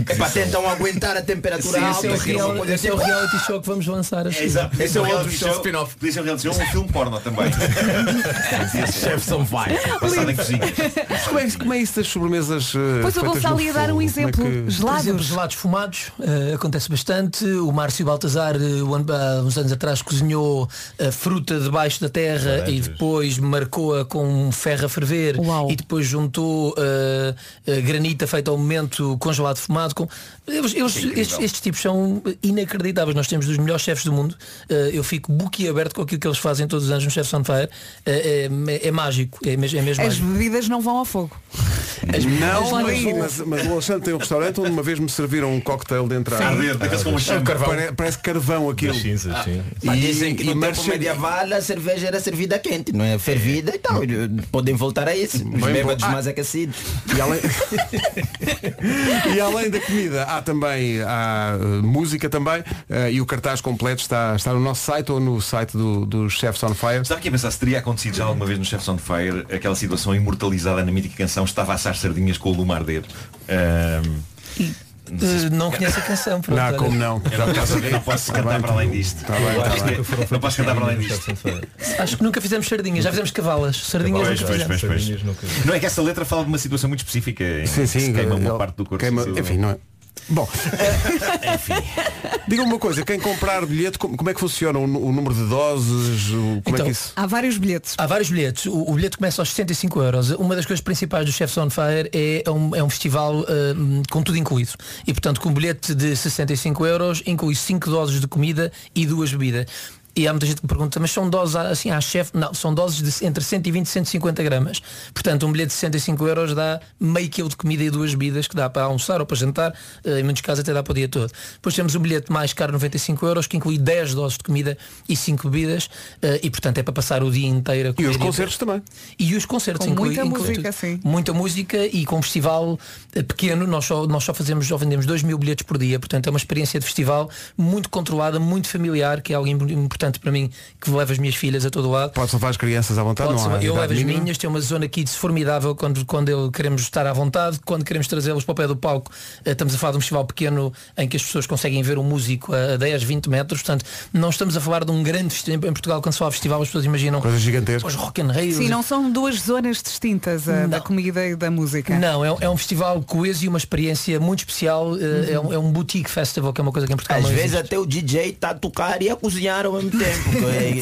N: é para tentam aguentar a temperatura
P: Sim,
N: alta.
P: esse é o
N: que não
P: real-
N: pode
P: esse é o
N: ser.
P: reality show que vamos lançar a
N: É,
P: seguir.
N: exato. Esse é o
F: reality show
G: spin-off.
F: Podia ser um reality show ou um filme porno também.
G: Chefs são vai.
F: Passado em cozinha.
B: Mas como, é, como é isso das sobremesas? eh,
D: Pois o
B: feitas
D: Gonçalo
B: no
D: ia dar
B: fogo?
D: um
B: Como é
D: exemplo.
B: que-
D: Gelados.
P: Por exemplo, gelados fumados, eh, acontece bastante. O Márcio Baltazar, eh, o ano- há uns anos atrás, cozinhou a fruta debaixo da terra e depois marcou-a com um ferro a ferver e depois juntou eh, eh, granita feita ao momento congelado fumado. Com... Eles- eles-
F: incrível.
P: estes, estes tipos são inacreditáveis. Nós temos dos melhores chefes do mundo. Eh, eu fico boquiaberto com aquilo que eles fazem todos os anos no Chefs on Fire. Eh, é, é mágico. É mesmo, é mesmo
D: As
P: mágico.
D: bebidas não vão ao fogo.
B: Não,
D: Mas
B: mas,
D: não.
B: mas, mas o Alexandre tem um restaurante onde uma vez me serviram um cocktail de entrada.
F: Sim. Ardente, daqueles com
N: Ah,
F: chama.
B: Carvão. Pare- Parece carvão aquilo.
Q: Das cinzas, sim.
N: Mas Ah. é dizem que no tempo
B: marcha-
N: medieval a cerveja era servida quente, não é? Fervida e tal. Podem voltar a isso. Os
B: Bem
N: bêbados
B: bom.
N: mais aquecidos.
B: E além... e além da comida, há também há, eh, música também eh, e o cartaz completo está, está no nosso site ou no site do- dos Chefs on Fire.
F: Estava aqui a pensar se teria acontecido já alguma vez no Chefs on Fire aquela situação imortalizada na mítica canção Estava a assar sardinhas com o lume a arder. Ahm,
P: Eh, não conheço a canção. pronto, olha.
F: Eu não Tá posso, eu não posso cantar para além disto. Eu acho que Não posso cantar para além disto.
P: Acho que nunca fizemos sardinhas, já fizemos cavalas. Sardinhas
F: Pois,
P: nunca
F: pois,
P: fizemos.
F: pois, pois. Não é que essa letra fala de uma situação muito específica. em
B: Sim,
F: que
B: sim,
F: se queima
B: ele-
F: uma parte do corpo.
B: queima-
F: se-
B: enfim, não é- Bom, diga-me uma coisa, quem comprar bilhete, como, como é que funciona o, nu- o número de doses? o- como
N: Então,
B: é que isso?
P: Há vários bilhetes. Há vários bilhetes. O, o bilhete começa aos 65 euros. Uma das coisas principais do Chefs on Fire é é um, é um festival eh, com tudo incluído. E portanto, com um bilhete de 65 euros, inclui 5 doses de comida e duas bebidas. E há muita gente que me pergunta, mas são doses assim à chefe? Não, são doses de entre 120 e 150 gramas. Portanto, um bilhete de 65 euros dá meio quilo de comida e duas bebidas que dá para almoçar ou para jantar, eh, em muitos casos até dá para o dia todo. Depois temos um bilhete mais caro, 95 euros, que inclui 10 doses de comida e 5 bebidas eh, e, portanto, é para passar o dia inteiro a comer
B: os concertos
P: também. E os concertos
D: Com
P: inclui,
D: muita
P: inclui
D: música,
P: tudo.
D: sim.
P: Muita música e com um festival eh, pequeno, nós só, nós só fazemos, só vendemos 2 mil bilhetes por dia, portanto é uma experiência de festival muito controlada, muito familiar, que é algo im- importante para mim, que levo as minhas filhas a todo lado.
B: Pode levar as crianças à vontade,
P: Pode
B: não há
P: ser- eu
B: idade
P: levo as
B: mínima?
P: minhas, tem uma zona aqui de formidável quando, quando eu- queremos estar à vontade, quando queremos trazê-los para o pé do palco, eh, estamos a falar de um festival pequeno em que as pessoas conseguem ver um músico a 10, 20 metros, portanto não estamos a falar de um grande festival, em Portugal quando se fala de festival as pessoas imaginam
B: Coisas gigantescas.
P: os rock and Rio,
D: Sim, não são duas zonas distintas, a da comida e da música.
P: Não, é, um- é um festival coeso e uma experiência muito especial. eh,
D: Uhum.
P: É, um, é um boutique festival, que é uma coisa que em Portugal
N: Às
P: não
N: vezes
P: existe.
N: até o DJ está a tocar e a cozinhar ao mesmo tempo. que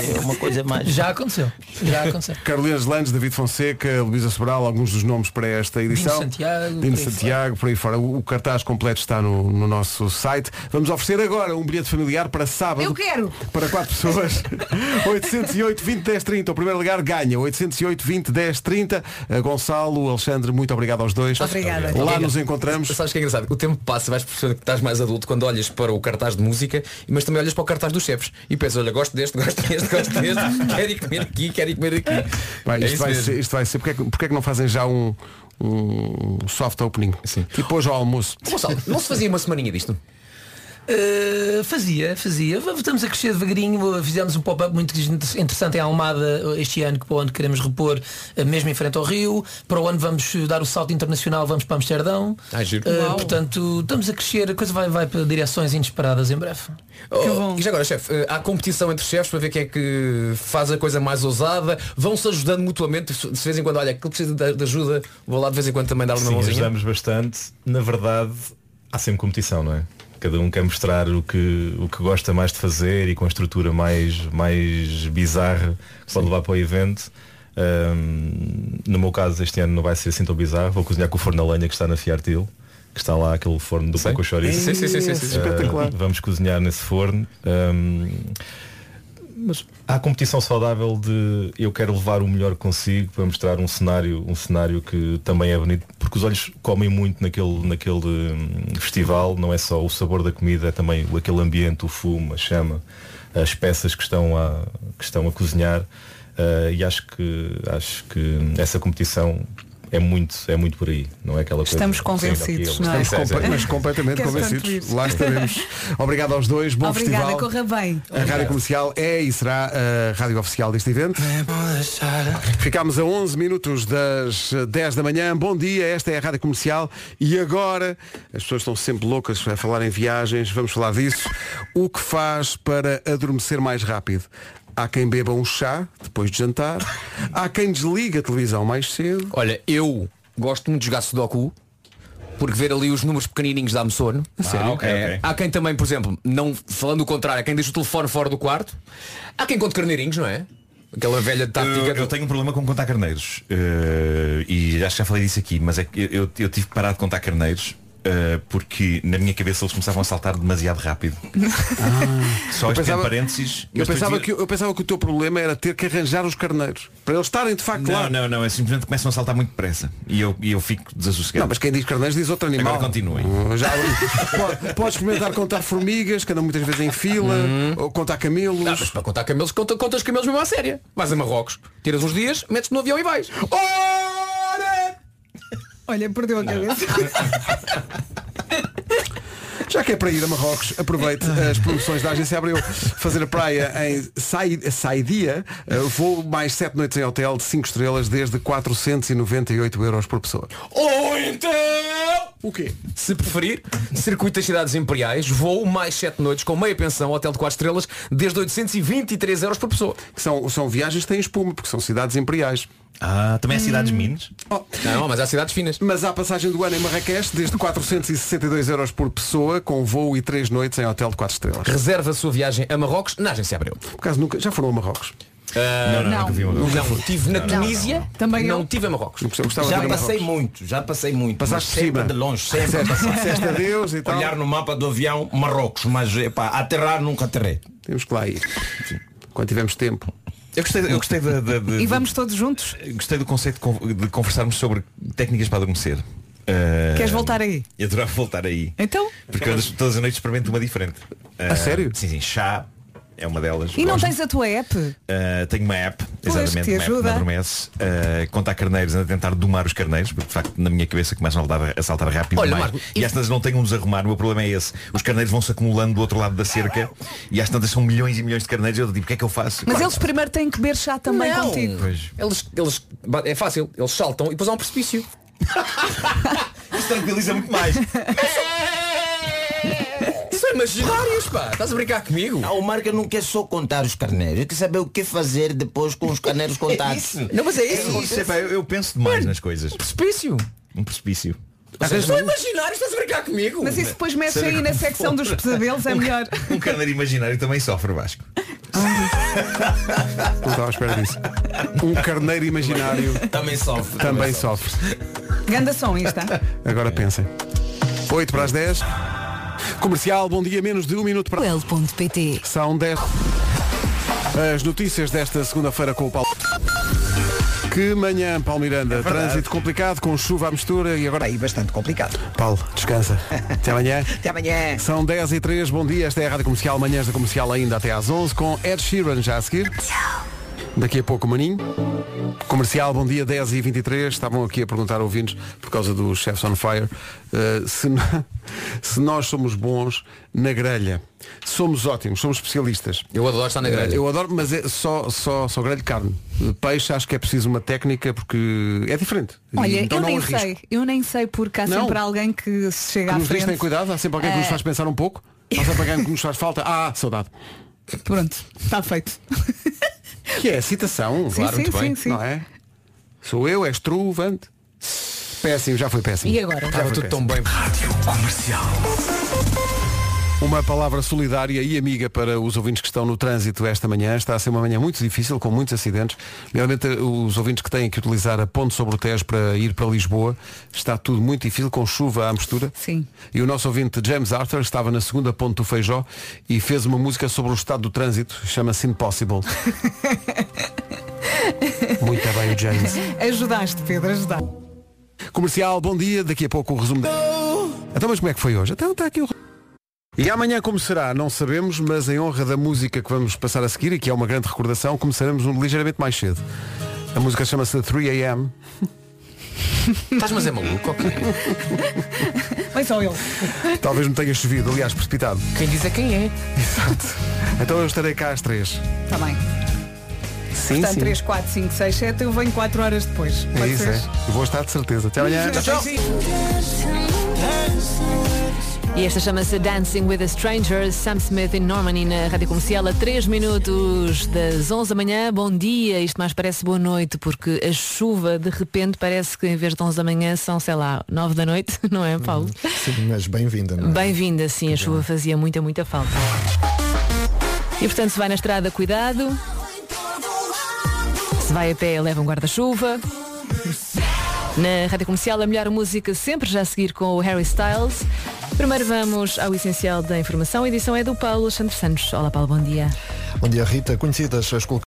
N: É é uma coisa mais.
P: Já aconteceu. Já aconteceu.
B: Carolinas Landes, David Fonseca, Luísa Sobral, alguns dos nomes para esta edição.
P: Dino Santiago,
B: Dino
P: por aí
B: Santiago, por aí fora. O o cartaz completo está no, no nosso site. Vamos oferecer agora um bilhete familiar para sábado.
D: Eu quero!
B: Para quatro pessoas. 808 20 10 30. O primeiro lugar ganha. 808 20 10 30. A Eh, Gonçalo, Alexandre, muito obrigado aos dois. Lá nos encontramos.
G: Sabes que é engraçado? O tempo passa, vais percebendo que estás mais adulto quando olhas para o cartaz de música, mas também olhas para o cartaz dos chefes e pensas, olha, gosto deste, gosto deste, gosto deste, quero ir comer aqui, quero ir comer aqui.
B: Vai,
G: É
B: isto,
G: isso
B: vai
G: mesmo.
B: ser, isto vai ser. Porquê, é que- porquê é que não fazem já um, um soft opening? Sim. Tipo hoje ao almoço.
G: Gonçalo, não se fazia uma semaninha disto?
P: Eh, fazia, fazia. V- Estamos a crescer devagarinho. Fizemos um pop-up muito interessante em Almada este ano, que para o ano queremos repor, eh, mesmo em frente ao Rio. Para o ano vamos dar o salto internacional, vamos para Amsterdão.
G: Ah, giro.
P: Eh,
G: Uau.
P: portanto, estamos a crescer. A coisa vai, vai para direções inesperadas em breve.
G: Oh, e já agora, chefe, eh, há competição entre chefes para ver quem é que faz a coisa mais ousada, vão-se ajudando mutuamente, se de vez em quando, olha, aquele precisa de de ajuda, vou lá de vez em quando também dar-lhe uma
Q: Sim,
G: mãozinha.
Q: ajudamos bastante. Na verdade, há sempre competição, não é? Cada um quer mostrar o que, o que gosta mais de fazer e com a estrutura mais, mais bizarra que pode levar para o evento. Ahm, no meu caso, este ano não vai ser assim tão bizarro. Vou cozinhar com o forno a lenha que está na Fiartil. que está lá aquele forno do pão com chorizo.
G: Sim, sim, sim, sim, sim.
Q: Eh,
G: Espetacular.
Q: Vamos cozinhar nesse forno. Ahm, mas há competição saudável de eu quero levar o melhor que consigo para mostrar um cenário, um cenário que também é bonito, porque os olhos comem muito naquele, naquele hum, festival, não é só o sabor da comida, é também o- aquele ambiente, o fumo, a chama, as peças que estão a, que estão a cozinhar. Ah, e acho que, acho que essa competição é muito, é muito por aí, não é aquela coisa.
D: Estamos
Q: Sim,
D: convencidos,
Q: daquilo.
D: não é?
Q: Sim, sim,
D: Estamos
Q: sim.
B: Mas completamente
D: Quero tanto
B: convencidos.
D: isso.
B: Lá estaremos. Obrigado aos dois. Bom
D: Obrigada,
B: festival.
D: corra bem.
B: A Rádio Comercial é e será a rádio oficial deste evento. Ficámos a 11 minutos das eh, 10 da manhã. Bom dia, esta é a Rádio Comercial. E agora, as pessoas estão sempre loucas a falar em viagens, vamos falar disso. O que faz para adormecer mais rápido? Há quem beba um chá depois de jantar. Há quem desliga a televisão mais cedo.
G: Olha, eu gosto muito de jogar Sudoku porque ver ali os números pequenininhos dá-me sono.
B: A sério?
G: ok,
B: É.
G: ok. Há quem também, por exemplo, não falando o contrário, há quem deixa o telefone fora do quarto. Há quem conte carneirinhos, não é? Aquela velha tática.
F: Eu, eu tenho um problema com contar carneiros Eh, e acho que já falei disso aqui, mas é que eu, eu- eu tive que parar de contar carneiros eh, porque na minha cabeça eles começavam a saltar demasiado rápido. Ah. Só
B: Eu
F: isto
B: pensava-
F: em parênteses.
B: Eu
F: mas tu
B: pensava,
F: dizia-
B: que, eu pensava que o teu problema era ter que arranjar os carneiros. Para eles estarem de facto lá.
F: Não, não, não, é simplesmente começam a saltar muito depressa e eu, e eu fico desassossegado.
B: Não, mas quem diz carneiros diz outro animal.
F: Agora continuem.
B: Já, pode, pode experimentar contar formigas, que andam muitas vezes em fila, ou contar camelos. Não, mas
G: Uhum. para contar camelos, conta, conta os camelos mesmo à séria. Vais a Marrocos, tiras uns dias, metes no avião e vais. Oh,
D: Olha, perdeu a cabeça.
B: Já que é para ir a Marrocos, aproveite as promoções da Agência Abreu. Fazer a praia em Sai- Saidia, eh, voo mais 7 noites em hotel de 5 estrelas desde 498 euros por pessoa.
G: Ou então.
B: O quê?
G: Se preferir, circuito das cidades imperiais, voo mais 7 noites com meia pensão, hotel de 4 estrelas, desde 823 euros por pessoa.
B: Que são, são viagens que têm espuma, porque são cidades imperiais.
F: Ah, também há cidades minas?
G: Não, mas há cidades finas.
B: Hum. Oh. Mas há passagem do ano em Marrakech desde 462 euros por pessoa, com voo e 3 noites em hotel de 4 estrelas.
G: Reserva a sua viagem a Marrocos na agência Abreu.
B: Por acaso nunca, já foram a Marrocos?
G: Ah,
B: Não, não, nunca vi uma vez.
G: Não, tive na
B: Não, não,
G: Tunísia,
D: não. Também
G: não
D: eu.
G: tive a Marrocos.
B: Eu gostava
N: já
B: de ir a
N: passei
B: Marrocos.
N: muito, já passei muito.
B: Passaste
N: mas
B: por
N: sempre
B: cima.
N: de longe, sempre.
B: Disseste-
N: passei.
B: disseste adeus e tal.
N: Olhar no mapa do avião, Marrocos, mas epá, aterrar nunca aterrei.
B: Temos que lá ir. Quando tivermos tempo.
F: Eu gostei, eu gostei da, da- da-
D: E vamos todos juntos?
F: Gostei do conceito de con- de conversarmos sobre técnicas para adormecer. Eh,
B: É.
D: Queres voltar aí?
F: Eu adorava voltar aí.
D: Então?
F: Porque eu das- todas as noites experimento uma diferente. Eh,
B: sério?
F: Sim, sim. Chá é uma delas.
D: E não
F: Gosto.
D: tens a tua app?
F: Uh, tenho uma app,
D: Pois,
F: exatamente,
D: que
F: uma app que me
D: ajuda.
F: adormece. Uh, contar carneiros, anda a tentar domar os carneiros, porque de facto na minha cabeça começam a saltar, a saltar rápido
G: Olha,
F: demais.
G: Marco,
F: e às tantas não tenho um desarrumar, o meu problema é esse. Os carneiros vão-se acumulando do outro lado da cerca e às tantas são milhões e milhões de carneiros. Eu digo, o que é que eu faço?
D: Mas
F: Pá,
D: eles primeiro têm que beber chá também
G: Não.
D: contigo.
F: Pois.
G: Eles, eles, é fácil, eles saltam e depois há um precipício.
F: Isso tranquiliza muito mais.
G: São é imaginários, pá. Estás a brincar comigo?
N: Não, o Marca não quer só contar os carneiros, quer saber o que fazer depois com os carneiros contados.
G: Não, mas é isso.
F: Eu, sei, pá, eu- eu penso demais nas coisas.
G: Precipício.
F: Um precipício.
G: São imaginários, estás a brincar comigo?
D: Mas isso depois mexe
F: Sabe
D: aí na
F: como
D: secção
F: for.
D: dos pesadelos, é melhor.
F: Um carneiro imaginário também sofre Vasco.
G: Ah.
B: Não estava à espera disso. Um carneiro imaginário
N: Também sofre.
B: também sofre.
D: Ganda som, isto. há?
B: Agora pensem. 8 para as 10. Comercial, bom dia, menos de um minuto para.
E: L.pt
B: São 10. As notícias desta segunda-feira com o Paulo. Que manhã, Paulo Miranda. Trânsito complicado, com chuva à mistura e agora.
C: É Aí bastante complicado.
B: Paulo, descansa. Até amanhã.
C: Até amanhã.
B: São 10 e 3, bom dia. Esta é a Rádio Comercial, manhãs da Comercial ainda até às 11 com Ed Sheeran já a seguir. Daqui a pouco, Maninho. Comercial, bom dia, 10 e 23 Estavam aqui a perguntar ouvintes, por causa dos Chefs on Fire, eh, se, n- se nós somos bons na grelha. Somos ótimos, somos especialistas.
G: Eu adoro estar na grelha.
B: Eh, Eu adoro, mas é só, só, só grelha de carne. Peixe acho que é preciso uma técnica porque é diferente.
D: Olha,
B: Então
D: eu
B: não
D: nem
B: arrisco.
D: sei, eu nem sei porque há
B: Não.
D: sempre alguém que se chega
B: Que
D: à
B: nos diz,
D: frente.
B: tem cuidado, há sempre alguém que nos
D: Eh,
B: faz pensar um pouco. Há sempre alguém que nos faz falta. Ah, saudade.
D: Pronto, está feito.
B: Que é citação,
D: Sim, sim, sim, sim.
B: Não é? Sou eu, és truvante. Péssimo, já foi péssimo.
D: E agora?
B: Já foi péssimo.
G: bem.
E: Comercial.
B: Uma palavra solidária e amiga para os ouvintes que estão no trânsito esta manhã. Está a ser uma manhã muito difícil, com muitos acidentes. Realmente os ouvintes que têm que utilizar a ponte sobre o Tejo para ir para Lisboa, está tudo muito difícil, com chuva à mistura.
D: Sim.
B: E o nosso ouvinte James Arthur estava na segunda ponte do Feijó e fez uma música sobre o estado do trânsito, chama-se Impossible. muito bem o James.
D: Ajudaste, Pedro, ajudaste.
B: Comercial, bom dia. Daqui a pouco o resumo. Da... Então, mas como é que foi hoje? Então está aqui o e amanhã como será? Não sabemos, mas em honra da música que vamos passar a seguir, e que é uma grande recordação, começaremos um ligeiramente mais cedo. A música chama-se 3am.
G: Estás mas é maluco, ok?
D: Bem só ele.
B: Talvez me tenha chovido, aliás, precipitado.
G: Quem diz é quem é.
B: Exato. Então eu estarei cá às três.
D: Está Tá bem.
B: Sim,
D: Portanto,
B: sim.
D: 3, 4, 5, 6, 7, eu venho 4 horas depois.
B: É
D: Pode
B: isso,
D: ser?
B: é. Eu Vou estar de certeza. Até amanhã.
R: E esta chama-se Dancing with a Stranger, Sam Smith e Norman e na Rádio Comercial a 3 minutos das 11 da manhã. Bom dia, isto mais parece boa noite, porque a chuva de repente parece que em vez de 11 da manhã são, sei lá, 9 da noite, não é, Paulo?
S: Sim, mas bem-vinda. não é?
R: Bem-vinda, sim, a chuva fazia muita, muita falta. E portanto, se vai na estrada, cuidado. Se vai a pé, leva um guarda-chuva. Na Rádio Comercial, a melhor música sempre já a seguir com o Harry Styles. Primeiro vamos ao essencial da informação. A edição é do Paulo Alexandre Santos. Olá Paulo, bom dia.
S: Bom dia, Rita. Conhecidas as colocações.